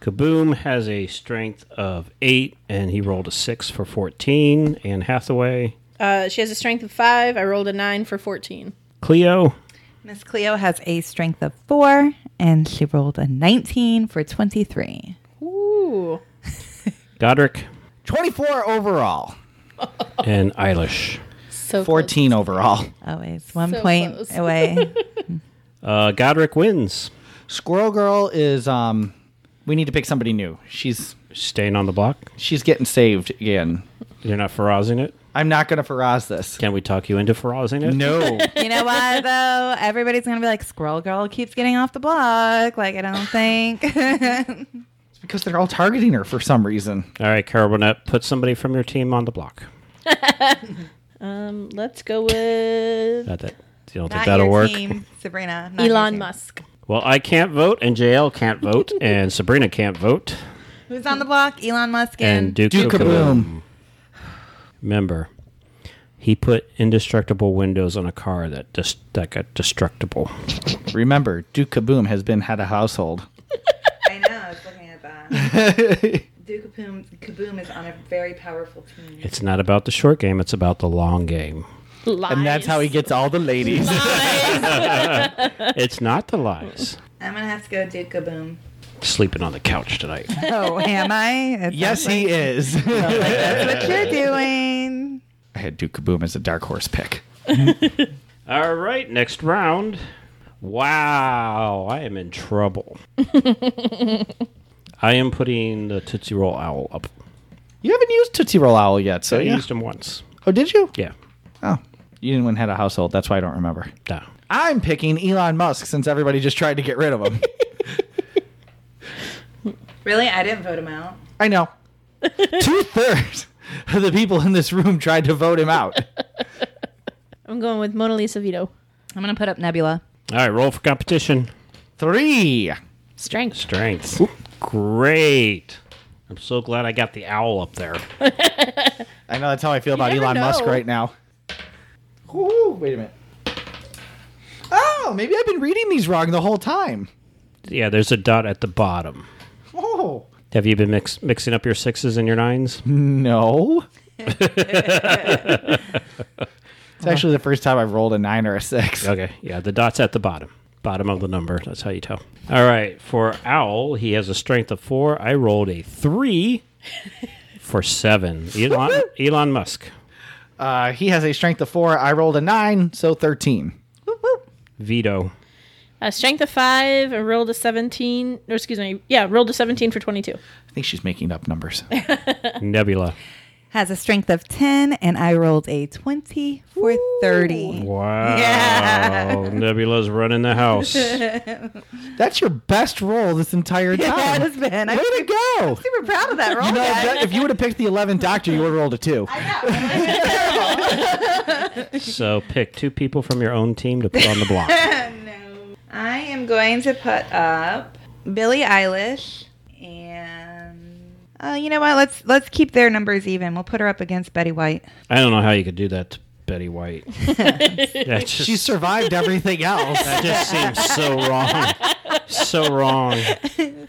E: Kaboom has a strength of eight, and he rolled a six for 14. Anne Hathaway.
J: Uh, she has a strength of five. I rolled a nine for 14.
E: Cleo.
G: Miss Cleo has a strength of four, and she rolled a 19 for 23.
J: Ooh.
E: Godric.
C: 24 overall,
G: Oh.
E: and Eilish.
J: So
C: 14 overall.
G: Always one
J: So
G: point
J: close.
G: away.
E: Uh, Godric wins.
C: Squirrel Girl is um we need to pick somebody new. She's
E: Staying on the block.
C: she's getting saved again.
E: You're not Farazing it.
C: I'm not going to Faraz this.
E: Can we talk you into Farazing it?
C: No.
G: you know why, though? Everybody's going to be like, Squirrel Girl keeps getting off the block. Like, I don't think.
C: it's because they're all targeting her for some reason.
E: All right, Carol Burnett, put somebody from your team on the block.
J: close. Let's go with
E: Not that you don't
G: Not
E: think that'll
G: your
E: work.
G: team, Sabrina. not your
J: Elon
G: team.
J: Musk.
E: Well, I can't vote, and JL can't vote, and Sabrina can't vote,
G: Who's on the block? Elon Musk and,
E: and Duke,
C: Duke Kaboom.
E: Remember, he put indestructible windows on a car that dis- that got destructible.
C: Remember, Duke Kaboom has been had a household.
G: I know. I was looking at that. Duke Kaboom, Kaboom is on a very powerful team.
E: It's not about the short game; it's about the long game.
J: Lies.
C: And that's how he gets all the ladies.
E: it's not the lies.
G: I'm gonna have to go Duke Kaboom.
E: Sleeping on the couch tonight.
G: Oh, am I? It
C: yes, he is.
G: sounds like what you're doing.
C: I had Duke Kaboom as a dark horse pick.
E: All right, next round. Wow, I am in trouble. I am putting the Tootsie Roll Owl up.
C: You haven't used Tootsie Roll Owl yet, so
E: I
C: yeah.
E: used him once.
C: Oh, did you?
E: Yeah.
C: Oh, you didn't win had a household. That's why I don't remember.
E: No.
C: I'm picking Elon Musk since everybody just tried to get rid of him.
G: Really, I didn't vote him out.
C: I know. Two thirds of the people in this room tried to vote him out.
J: I'm going with Mona Lisa Vito.
G: I'm gonna put up Nebula.
E: All right, roll for competition.
C: Three.
J: Strength.
E: Strength. Great. I'm so glad I got the owl up there.
C: I know that's how I feel about
J: never
C: Elon Musk
J: know.
C: right now. Ooh, wait a minute. Oh, maybe I've been reading these wrong the whole time.
E: Yeah, there's a dot at the bottom.
C: Oh.
E: Have you been mix- mixing up your sixes and your nines?
C: No. it's actually the first time I've rolled a nine or a six.
E: Okay, yeah, the dot's at the bottom. Bottom of the number. That's how you tell. All right, for Owl, he has a strength of four. I rolled a three for seven. Elon, Elon Musk.
C: Uh, he has a strength of four. I rolled a nine, so 13.
E: Veto.
J: Uh, strength of five. I rolled a 17. Or excuse me. Yeah, rolled a 17 for 22.
C: I think she's making up numbers.
E: Nebula.
G: Has a strength of ten, and I rolled a twenty for thirty.
E: Wow. Nebula's running the house.
C: That's your best roll this entire time.
G: That has been. I'm
C: Way to go!
G: super proud of that roll.
C: No,
G: guys.
C: that- if you would have picked the 11th Doctor, you would have rolled a two.
E: So pick two people from your own team to put on the block.
G: I am going to put up Billie Eilish and oh, you know what? Let's let's keep their numbers even. We'll put her up against Betty White.
E: I don't know how you could do that to Betty White. that just,
C: She survived everything else.
E: that just seems so wrong. So wrong.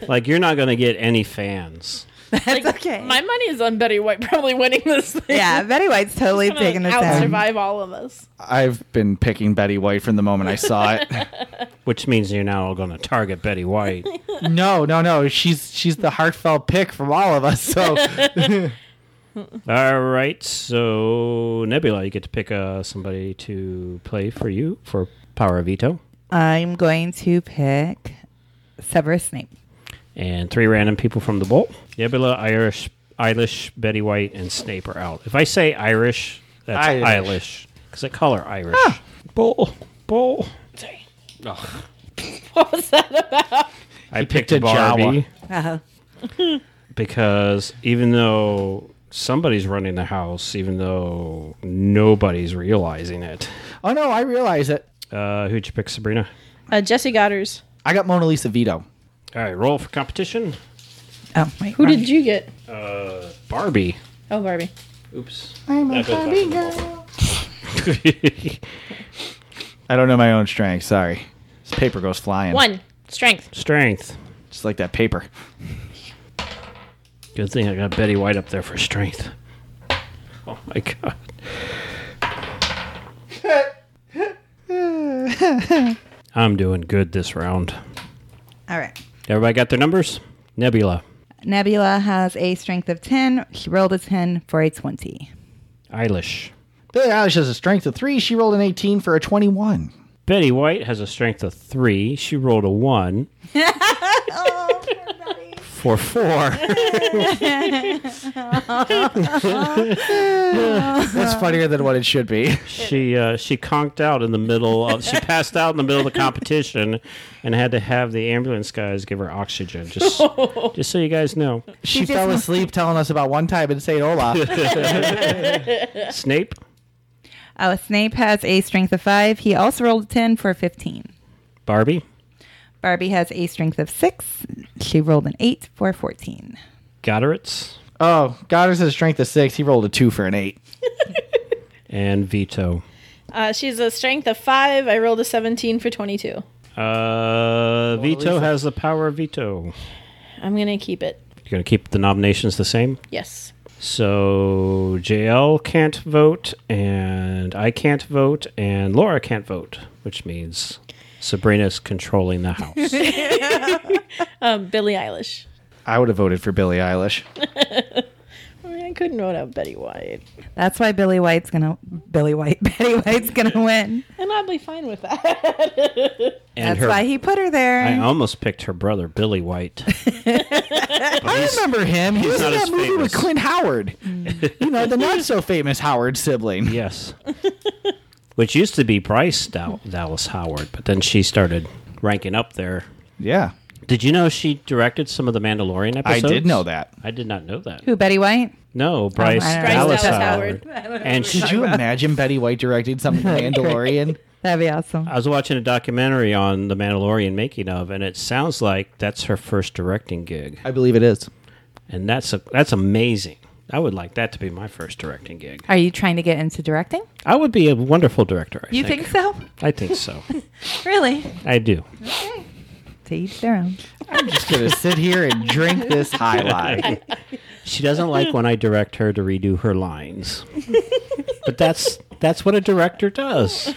E: Like, you're not going to get any fans.
G: That's okay.
J: My money is on Betty White probably winning this thing.
G: yeah, Betty White's totally
J: Gonna
G: taking this
J: out
G: out.
J: survive all of us.
C: I've been picking Betty White from the moment I saw it.
E: Which means you're now going to target Betty White.
C: No, no, no. She's she's the heartfelt pick from all of us. So
E: All right, so Nebula, you get to pick uh, somebody to play for you for Power of Veto.
G: I'm going to pick Severus Snape.
E: and three random people from the bowl. Nebula, Irish, Eilish, Betty White, and Snape are out. If I say Irish, that's
C: Irish. Ah,
E: Eilish because I call her Irish. Bowl, bowl.
J: Sorry.
E: Ugh.
J: What was that about?
E: I
C: picked
E: picked,
C: a Jawa.
E: Barbie
G: Uh-huh.
E: because even though somebody's running the house, even though nobody's realizing it,
C: Oh no, I realize it.
E: uh, who'd you pick, Sabrina?
J: Uh, Jesse Goddard's.
C: I got Mona Lisa Vito.
E: All right, roll for competition.
G: Oh, wait.
J: Who did you get?
E: Uh, Barbie.
J: Oh, Barbie.
E: Oops.
C: I'm
E: That goes back in the
C: I don't know my own strength. Sorry. This paper goes flying.
J: One. Strength.
E: Strength.
C: Just like that paper.
E: Good thing I got Betty White up there for strength. Oh my god. I'm doing good this round.
G: All right.
E: Everybody got their numbers? Nebula.
G: Nebula has a strength of 10. She rolled a 10 for a 20.
E: Eilish.
C: Billie Eilish has a strength of three. She rolled an 18 for a 21.
E: Betty White has a strength of three. She rolled a one. For four.
C: That's funnier than what it should be.
E: She uh, she conked out in the middle of she passed out in the middle of the competition and had to have the ambulance guys give her oxygen. Just just so you guys know.
C: She fell asleep telling us about one time in St. Olaf.
E: Snape,
G: Oh, Snape has a strength of 5. He also rolled a 10 for a 15.
E: Barbie,
G: Barbie has a strength of 6. She rolled an 8 for a 14.
E: Goderitz,
C: oh, Goddard has a strength of six. He rolled a two for an eight.
E: and Vito.
J: Uh, she's a strength of five. I rolled a 17 for 22.
E: Uh, Vito has the power of veto.
J: I'm going to keep it.
E: You're going to keep the nominations the same?
J: Yes.
E: So JL can't vote, and I can't vote, and Laura can't vote, which means Sabrina's controlling the house.
J: Um, Billie Eilish.
C: I would have voted for Billie Eilish.
J: I, mean, I couldn't vote out Betty White.
G: That's why Billy White's gonna Billy White Betty White's gonna win.
J: And I'd be fine with that.
E: and
G: That's
E: her,
G: why he put her there.
E: I uh, almost picked her brother, Billy White.
C: I remember him. He was in
E: not
C: that
E: as
C: movie with
E: famous.
C: Clint Howard. you know, the not so famous Howard sibling.
E: yes. Which used to be Bryce Dal- Dallas Howard, but then she started ranking up there.
C: Yeah.
E: Did you know she directed some of the Mandalorian
C: I
E: episodes?
C: did know that.
E: I did not know that.
G: Who Betty White? Oh,
E: No, Bryce
G: I don't know.
E: Dallas,
J: Bryce Dallas
E: Howard. And she,
C: Could you imagine Betty White directing something Mandalorian?
G: That'd be awesome.
E: I was watching a documentary on the Mandalorian making of, and it sounds like that's her first directing gig,
C: I believe it is.
E: and that's a, that's amazing. I would like that to be my first directing gig.
G: Are you trying to get into directing?
E: I would be a wonderful director. I
G: You
E: think.
G: think so?
E: I think so.
G: Really?
E: I do.
G: To each their own.
C: I'm just gonna sit here and drink this high line.
E: She doesn't like when I direct her to redo her lines, but that's that's what a director does.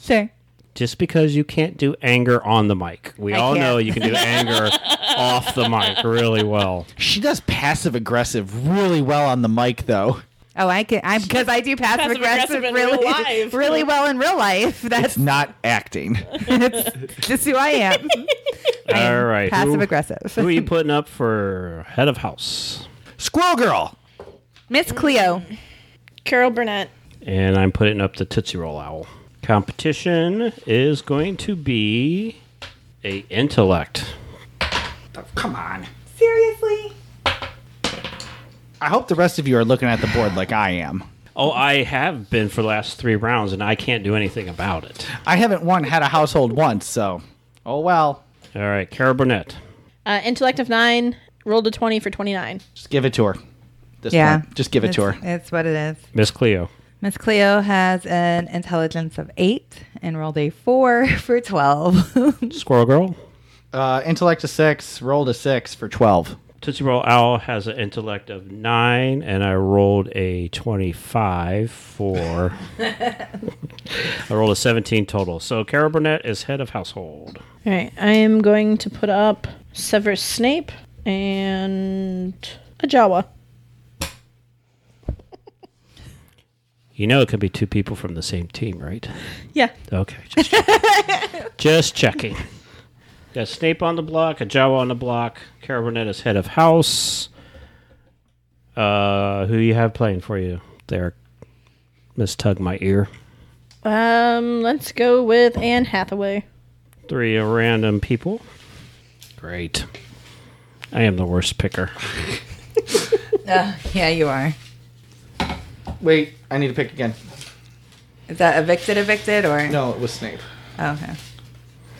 G: Sure.
E: just because you can't do anger on the mic. We
G: I
E: all know
G: can't.
E: you can do anger off the mic really well.
C: She does passive aggressive really well on the mic, though.
G: Oh, I can. I'm because I do passive aggressive
J: Passive-aggressive in real
G: really,
J: life.
G: really well in real life. That's
C: It's not acting.
G: just who I am.
E: All right. who-
G: passive aggressive.
E: Who are you putting up for head of house?
C: Squirrel Girl.
G: Miss Cleo.
J: Mm. Carol Burnett.
E: And I'm putting up the Tootsie Roll Owl. Competition is going to be a intellect.
C: Come on.
G: Seriously?
C: I hope the rest of you are looking at the board like I am.
E: Oh, I have been for the last three rounds, and I can't do anything about it.
C: I haven't won had a household once, so oh well.
E: All right, Cara Burnett.
J: Uh, intellect of nine. Rolled a 20 for 29.
C: Just give it to her. This
G: Yeah.
C: point. Just give it to her.
G: It's what it is.
E: Miss Cleo.
G: Miss Cleo has an intelligence of eight and rolled a four for 12.
E: Squirrel Girl.
C: Uh, intellect a six, rolled a six for twelve.
E: Tootsie Roll Owl has an intellect of nine, and I rolled a 25 for. I rolled a 17 total. So Cara Burnett is head of household.
J: All right. I am going to put up Severus Snape and a Jawa.
E: You know, it could be two people from the same team, right?
J: Yeah.
E: Okay. Just, check- just checking. Got Snape on the block, a Jawa on the block, Carol Burnett is head of house. Uh, who you have playing for you there? Miss Tug My Ear.
J: Um, let's go with Anne Hathaway.
E: Three random people. Great. I am the worst picker.
G: Uh, yeah, you are.
C: Wait, I need to pick again.
G: Is that evicted, evicted, or
C: No, it was Snape.
G: Oh, okay.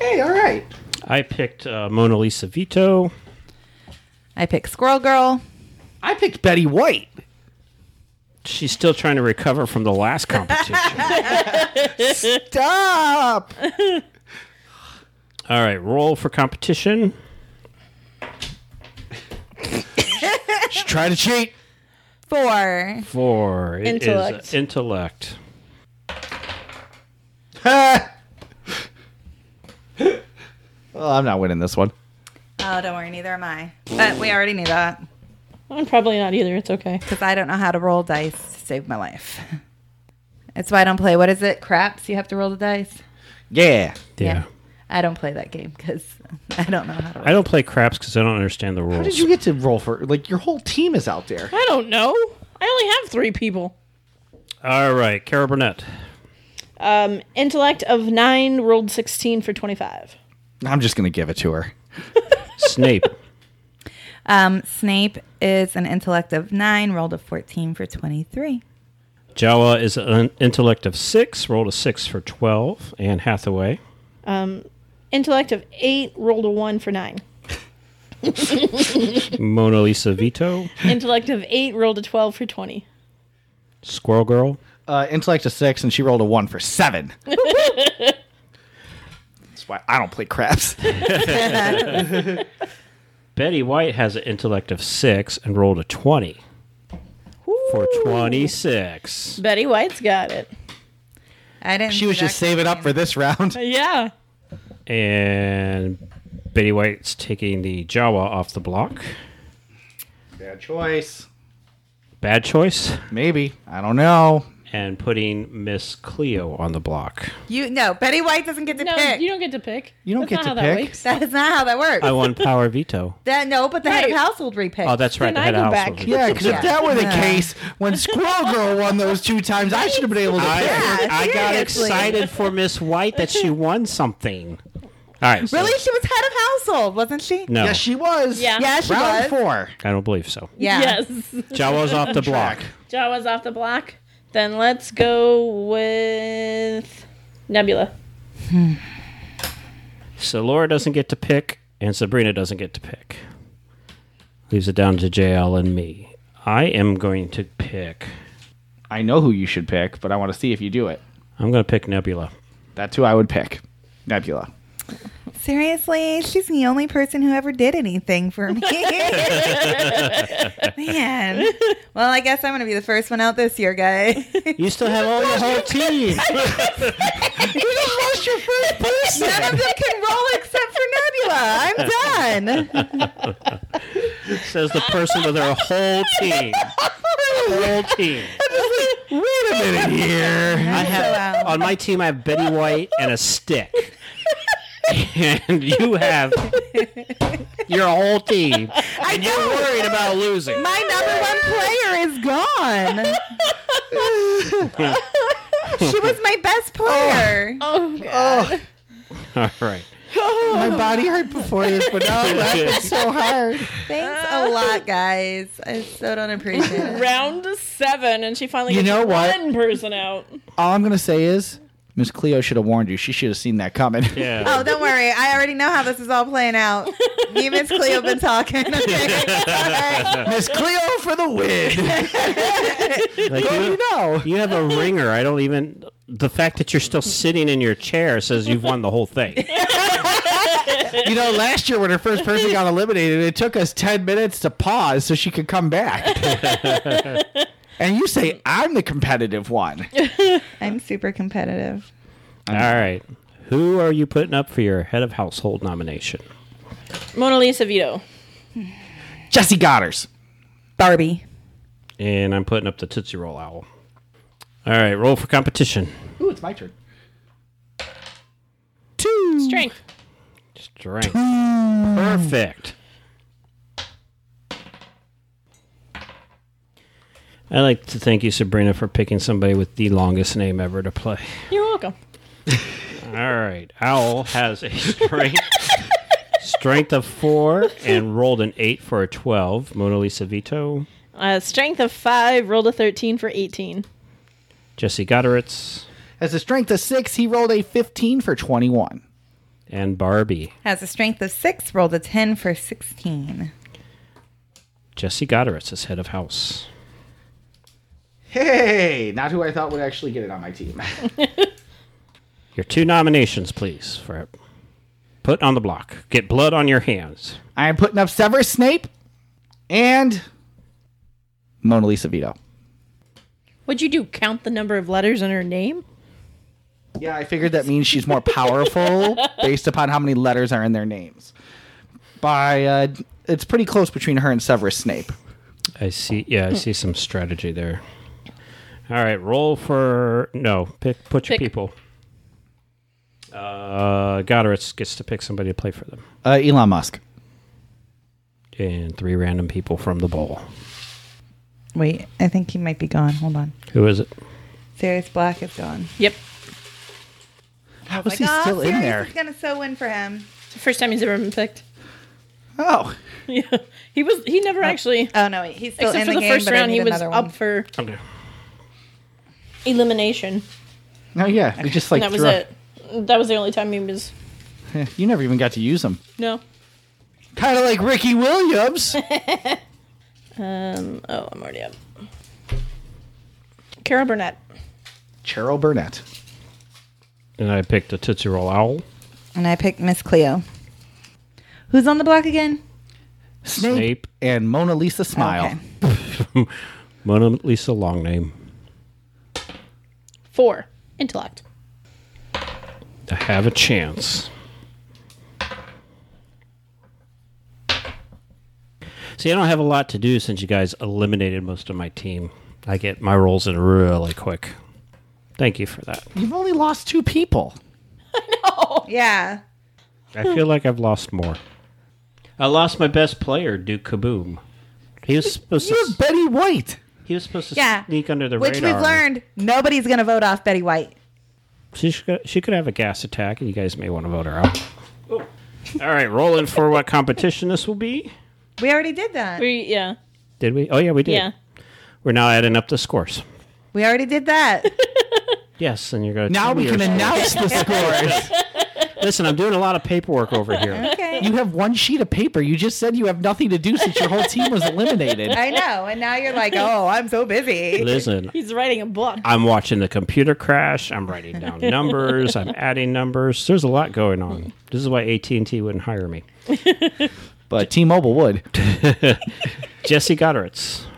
C: Hey, all right.
E: I picked uh, Mona Lisa Vito.
G: I pick Squirrel Girl.
C: I picked Betty White.
E: She's still trying to recover from the last competition.
C: Stop.
E: All right, roll for competition.
C: She tried to cheat.
G: Four.
E: Four. It is
J: Intellect.
E: intellect.
C: well, I'm not winning this one.
G: Oh, don't worry, neither am I. But we already knew that
J: I'm probably not either. It's okay.
G: because I don't know how to roll dice to save my life. That's why I don't play. What is it? Craps? You have to roll the dice.
C: Yeah.
E: Yeah.
G: I don't play that game because I don't know how to.
E: I don't play craps because I don't understand the rules.
C: How did you get to roll for? Like your whole team is out there.
J: I don't know. I only have three people.
E: All right, Carol Burnett.
J: Um, intellect of nine, rolled 16 for 25.
C: I'm just gonna give it to her.
E: Snape.
G: Um, Snape is an intellect of nine, rolled a fourteen for twenty-three.
E: Jawa is an intellect of six, rolled a six for 12. Anne Hathaway.
J: Um, Intellect of eight, rolled a one for nine.
E: Mona Lisa Vito.
J: Intellect of eight, rolled a 12 for 20.
E: Squirrel Girl.
C: Uh, intellect a six, and she rolled a one for seven. That's why I don't play craps.
E: Betty White has an intellect of six and rolled a 20 for 26.
J: Betty White's got it.
G: I didn't.
C: She was just saving up for this round.
J: Yeah.
E: And Betty White's taking the Jawa off the block.
C: Bad choice.
E: Bad choice.
C: Maybe I don't know.
E: And putting Miss Cleo on the block.
G: You no. Betty White doesn't get to
J: No,
G: pick.
J: you don't get to pick.
C: You don't
J: That's
C: get
J: not
C: to
J: how that
C: pick.
J: works.
G: that is not how that works.
E: I won Power Veto.
G: that no, but the head
J: Right.
G: of household repick.
E: Oh, that's right.
J: Then
E: the
J: I
E: head of
J: go back.
E: household.
C: Yeah, because if that were the case, when Squirrel Girl won those two times, I should have been able to
E: I,
C: pick.
E: I got
G: seriously.
E: excited for Miss White that she won something. All right. so-
G: really. She was head of household, wasn't she?
E: No,
C: Yes, she was.
J: Yeah.
G: Yeah, she
C: Round
G: was.
C: four.
E: I don't believe so.
G: Yeah.
J: Yes.
E: Jawa's off the block.
J: Jawa's off the block. Then let's go with Nebula.
E: So Laura doesn't get to pick, and Sabrina doesn't get to pick. Leaves it down to JL and me. I am going to pick.
C: I know who you should pick, but I want to see if you do it.
E: I'm going to pick Nebula.
C: That's who I would pick. Nebula.
G: Seriously, she's the only person who ever did anything for me. Man. Well, I guess I'm going to be the first one out this year, guys.
E: You still have all your whole team.
G: lost your first person. None of them can roll except for Nebula. I'm done.
E: Says the person with her whole team. Whole team.
C: Wait a minute here.
E: I have
G: out.
E: on my team. I have Betty White and a stick, and you have your whole team, and you're worried about losing.
G: My number one player is gone. she was my best player.
J: Oh,
E: All right.
C: My body hurt before this, but now I'm laughing so hard.
G: Thanks a lot, guys. I so don't appreciate it.
J: Round seven, and she finally
C: You
J: gets
C: know what?
J: one person out.
C: All I'm going to say is Miss Cleo should have warned you. She should have seen that coming.
E: Yeah.
G: Oh, don't worry. I already know how this is all playing out. Me and Miss Cleo been talking. Okay?
C: Miss Cleo for the win.
E: Like, you,
C: you know.
E: you have a ringer. I don't even. The fact that you're still sitting in your chair says you've won the whole thing.
C: You know, last year when her first person got eliminated, it took us 10 minutes to pause so she could come back. and you say, I'm the competitive one.
G: I'm super competitive.
E: All right. Who are you putting up for your head of household nomination?
J: Mona Lisa Vito.
C: Jesse Goddard's.
G: Barbie.
E: And I'm putting up the Tootsie Roll Owl. All right. Roll for competition.
C: Ooh, it's my turn. Two.
J: Strength.
H: drink. Perfect. I'd like to thank you, Sabrina, for picking somebody with the longest name ever to play.
K: You're welcome.
H: All right. Owl has a strength strength of four and rolled an eight for a twelve. Mona Lisa Vito.
K: Uh, strength of five, rolled a 13 for 18.
H: Jesse Goderitz
C: As a strength of six, he rolled a 15 for 21.
H: and Barbie.
G: Has a strength of six, rolled a 10 for 16.
H: Jesse Goderitz is head of house.
C: Hey, not who I thought would actually get it on my team.
H: Your two nominations, please, for put on the block. Get blood on your hands.
C: I am putting up Severus Snape and Mona Lisa Vito.
K: What'd you do? Count the number of letters in her name?
C: Yeah, I figured that means she's more powerful based upon how many letters are in their names. By uh, it's pretty close between her and Severus Snape.
H: I see. Yeah, I see some strategy there. All right, roll for no. Pick. Put your
K: Pick.
H: people. Uh, Goderitz gets to pick somebody to play for them,
C: Uh, Elon Musk.
H: and three random people from the bowl.
G: Wait, I think he might be gone. Hold on.
H: Who is it?
G: Sirius Black is gone.
K: Yep. Oh
C: How is he still in there?
G: He's going to so win for him.
K: It's the first time he's ever been picked.
C: Oh,
K: Yeah. He was. He never actually.
G: Oh, no, wait. He's still
K: Except for
G: in
K: the,
G: the, game,
K: first
G: but I
K: round, he
G: need
K: was
G: another one.
K: up for
H: Okay.
K: elimination.
C: no, Oh, yeah, we just like
K: that was
C: threw-
K: it. That was the only time he was.
C: Eh, You never even got to use him.
K: No.
C: Kind of like Ricky Williams.
K: Um. Oh, I'm already up. Carol Burnett.
C: Cheryl Burnett.
H: And I picked a Tootsie Roll Owl.
G: And I picked Miss Cleo. Who's on the block again?
C: Snape,
H: Snape.
C: and Mona Lisa Smile.
G: Okay.
H: Mona Lisa long name.
K: Four. Intellect.
H: I have a chance. See, I don't have a lot to do since you guys eliminated most of my team. I get my rolls in really quick. Thank you for that.
C: You've only lost two people.
G: Yeah.
H: I feel like I've lost more. I lost my best player, Duke Kaboom. He was supposed
C: You have
H: to.
C: Betty White.
H: He was supposed to
G: Yeah.
H: sneak under the
G: Which
H: radar.
G: we've learned nobody's going to vote off Betty White.
H: She should, she could have a gas attack, and you guys may want to vote her out. All right, rolling for what competition this will be.
G: We already did that.
K: We. Yeah.
H: Did we? Oh yeah, we did.
K: Yeah.
H: We're now adding up the scores.
G: We already did that.
H: Yes, and you're going.
C: Now we can announce the scores.
H: Listen, I'm doing a lot of paperwork over here.
G: Okay.
C: You have one sheet of paper. You just said you have nothing to do since your whole team was eliminated.
G: I know. And now you're like, oh, I'm so busy.
H: Listen,
K: He's writing a book.
H: I'm watching the computer crash. I'm writing down numbers. I'm adding numbers. There's a lot going on. This is why AT and T wouldn't hire me.
C: But T-Mobile would.
H: Jesse Goderitz.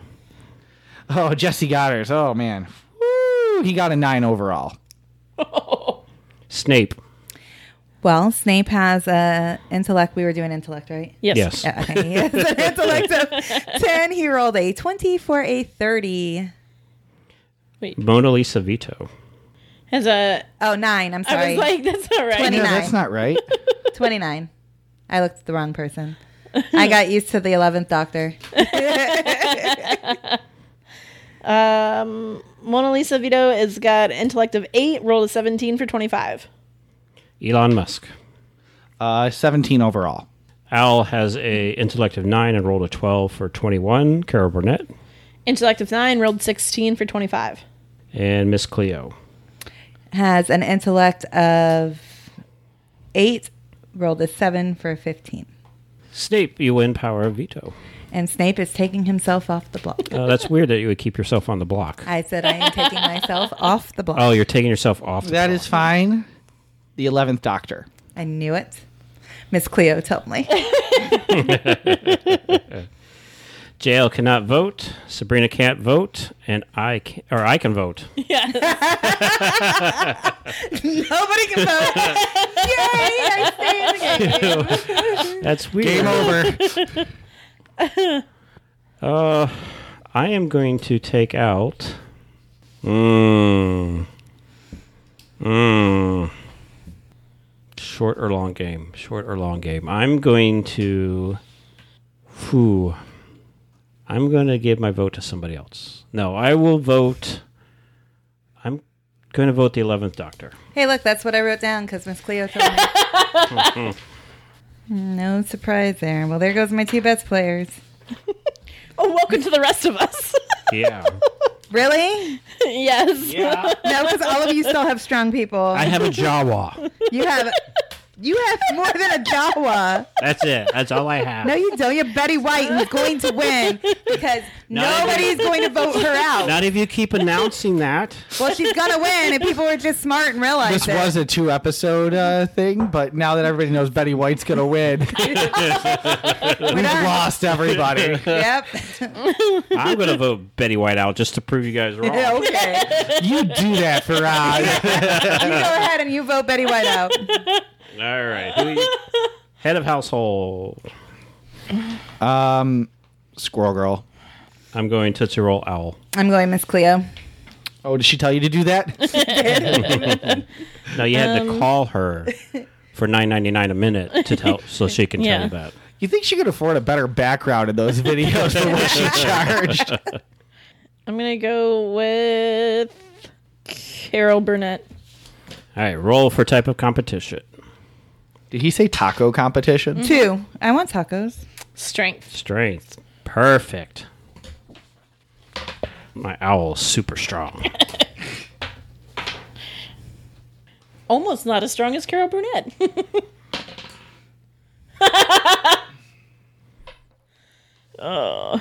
C: Oh, Jesse Goddard's. Oh man, Woo, he got a nine overall.
H: Snape.
G: Well, Snape has a intellect. We were doing intellect, right?
K: Yes.
H: Yes.
G: Yeah, okay. He has an intellect of 10. He rolled a 20 for a 30.
H: Mona Lisa Vito.
K: As a.
G: Oh, nine. I'm
K: I
G: sorry.
K: was like, that's all right.
C: Yeah,
G: Twenty-
C: that's not right.
G: 29. I looked at the wrong person. I got used to the 11th doctor.
K: Um, Mona Lisa Vito has got intellect of eight, rolled a 17 for 25.
H: Elon Musk.
C: Uh, Seventeen overall.
H: Al has a intellect of nine and rolled a twelve for twenty-one. Carol Burnett
K: Intellect of nine, rolled 16 for 25.
H: and Miss Cleo.
G: Has an intellect of 8, rolled a 7 for a 15.
H: Snape, you win power of veto.
G: And Snape is taking himself off the block.
H: Uh, that's weird that you would keep yourself on the block.
G: I said I am taking myself off the block.
H: Oh, you're taking yourself off. The
C: That
H: block.
C: is fine. The eleventh Doctor.
G: I knew it. Miss Cleo told me.
H: JL cannot vote. Sabrina can't vote, and I can, or I can vote.
G: Nobody can vote. Yay! I stay in the game.
H: That's weird.
C: Game over.
H: Uh, I am going to take out.
E: Hmm.
H: Mmm. Mmm.
E: Short or long game? Short or long game? I'm going to. Whew. I'm going to give my vote to somebody else. No, I will vote. I'm going to vote the 11th Doctor.
G: Hey, look, that's what I wrote down because Miss Cleo told me. no surprise there. Well, there goes my two best players.
J: Oh, welcome to the rest of us.
E: Yeah.
G: Really?
J: yes.
E: yeah.
G: No, because all of you still have strong people.
L: I have a Jawa.
G: you have. You have more than a Jawa.
E: That's it. That's all I have.
G: No, you don't. You're Betty White who's going to win because
E: Not even-
G: nobody's going to vote her out.
E: Not if you keep announcing that.
G: Well, she's gonna win, and people are just smart and realize
C: This
G: it.
C: was a two episode uh, thing, but now that everybody knows Betty White's going to win, we've lost everybody.
G: Yep.
E: I'm going to vote Betty White out just to prove you guys wrong.
G: yeah. Okay.
C: You do that for us.
G: You go ahead and you vote Betty White out.
E: All right. Who you- Head of household.
C: um, Squirrel Girl.
E: I'm going Tootsie Roll Owl.
G: I'm going Miss Cleo.
C: Oh, did she tell you to do that?
E: No, you had to call her for nine ninety nine a minute to tell so she can
J: Yeah.
E: tell you that.
C: you think she could afford a better background in those videos for what she charged?
J: I'm gonna go with Carol Burnett.
E: All right, roll for type of competition.
C: Did he say taco competition?
G: Two. I want tacos.
J: Strength.
E: Strength. Perfect. My owl is super strong.
J: Almost not as strong as Carol Burnett.
E: All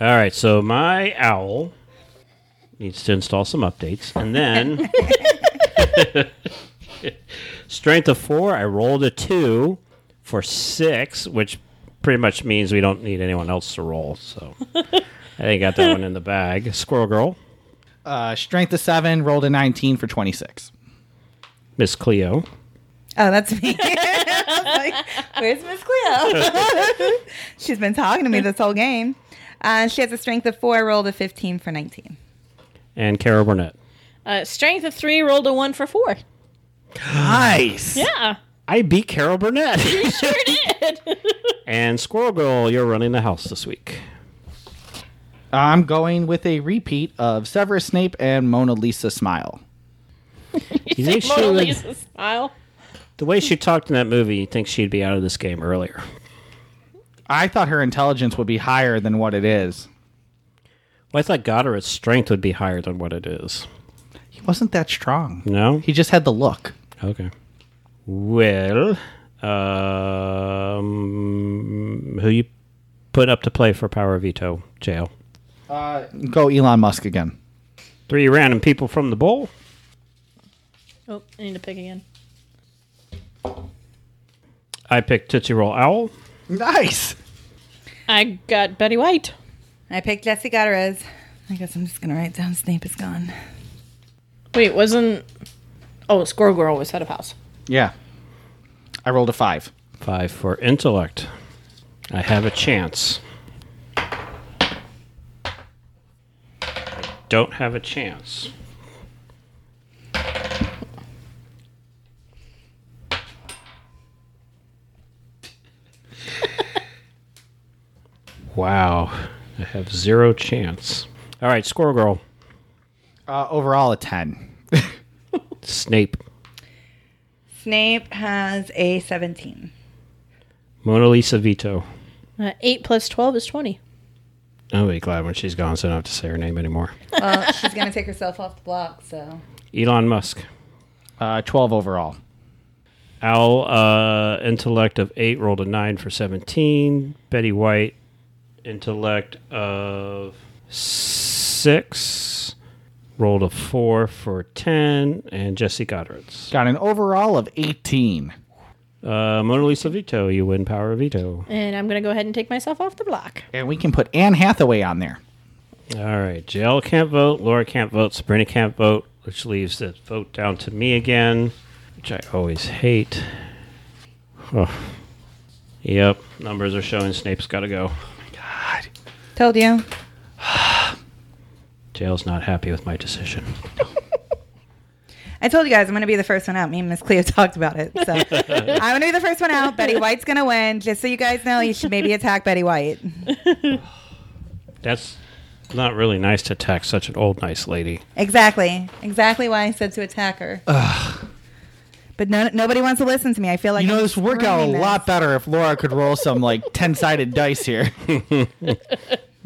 E: right, so my owl needs to install some updates. And then strength of four, I rolled a two for six, which pretty much means we don't need anyone else to roll. So I think I got that one in the bag. Squirrel Girl,
C: Uh, strength of seven, rolled a 19 for 26.
E: Miss Cleo,
G: Oh, that's me. I was like, Where's Miss Cleo? She's been talking to me this whole game. Uh, she has a strength of four, rolled a 15 for 19.
E: and Carol Burnett.
J: Uh, strength of three, rolled a one for four.
E: Nice.
J: Yeah,
E: I beat Carol Burnett.
J: sure did.
E: and Squirrel Girl, you're running the house this week.
C: I'm going with a repeat of Severus Snape and Mona Lisa Smile.
E: You think she
J: Mona
E: would-
J: Lisa smile.
E: the way she talked in that movie, you think she'd be out of this game earlier.
C: I thought her intelligence would be higher than what it is.
E: Well, I thought Goddard's strength would be higher than what it is.
C: He wasn't that strong.
E: No?
C: He just had the look.
E: Okay. Well, um, who you put up to play for Power Veto, Jail?
C: Go Elon Musk again.
E: Three random people from the bowl.
J: Oh, I need to pick again.
E: I picked Tootsie Roll Owl.
C: Nice.
J: I got Betty White.
G: I picked Jesse Gutierrez. I guess I'm just going to write down Snape is gone.
J: Wait, wasn't? Oh, Squirrel Girl was head of house.
C: Yeah. I rolled a five.
E: Five for intellect. I have a chance. I don't have a chance. wow. I have zero chance. All right, Squirrel Girl.
C: Uh, overall, a 10.
E: Snape.
G: Snape has a 17.
E: Mona Lisa Vito.
J: Uh, eight plus twelve is twenty.
E: I'll be glad when she's gone so I don't have to say her name anymore.
G: Well, she's going to take herself off the block, so.
E: Elon Musk.
C: Uh, 12 overall.
E: Owl, uh, intellect of eight, rolled a nine for 17. Betty White, intellect of six, rolled a four for 10. And Jesse Goddard's.
C: Got an overall of 18.
E: Uh, Mona Lisa Vito, you win Power of Veto.
J: And I'm gonna go ahead and take myself off the block.
C: And we can put Anne Hathaway on there.
E: All right. Jill can't vote. Laura can't vote. Sabrina can't vote, which leaves the vote down to me again, which I always hate. Ugh. Yep. Numbers are showing Snape's got to go.
G: Told you.
E: Jail's not happy with my decision.
M: I told you guys I'm going to be the first one out. Me and Miss Cleo talked about it. So I'm going to be the first one out. Betty White's going to win. Just so you guys know, you should maybe attack Betty White.
N: That's not really nice to attack such an old, nice lady.
M: Exactly. Exactly why I said to attack her. But no, nobody wants to listen to me. I feel like
C: You know,
M: I'm
C: this would work out a
M: screaming this.
C: lot better if Laura could roll some like 10 sided dice here.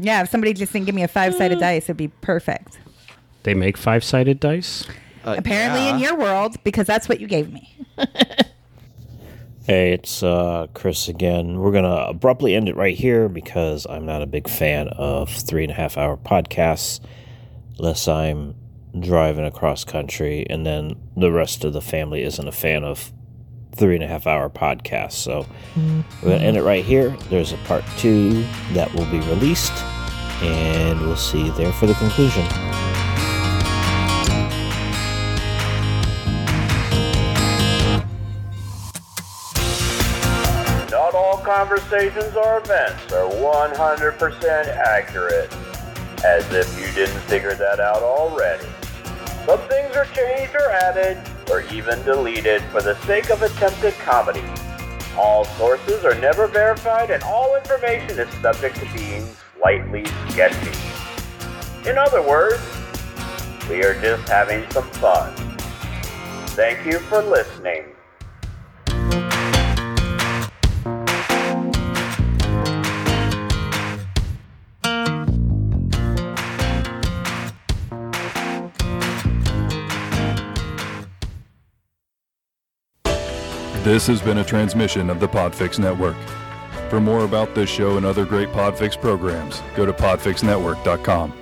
M: Yeah, if somebody just didn't give me a five sided dice, it'd be perfect.
N: They make five sided dice?
M: Apparently, in your world, because that's what you gave me.
E: Hey, it's uh, Chris again. We're going to abruptly end it right here because I'm not a big fan of three and a half hour podcasts unless I'm driving across country, and then the rest of the family isn't a fan of three and a half hour podcasts. So we're going to end it right here. There's a part two that will be released, and we'll see you there for the conclusion.
G: Not all conversations or events are 100% accurate, as if you didn't figure that out already. Some things are changed or added, or even deleted for the sake of attempted comedy. All sources are never verified, and all information is subject to being slightly sketchy. In other words, we are just having some fun. Thank you for listening.
H: This has been a transmission of the Podfix Network. For more about this show and other great Podfix programs, go to podfixnetwork.com.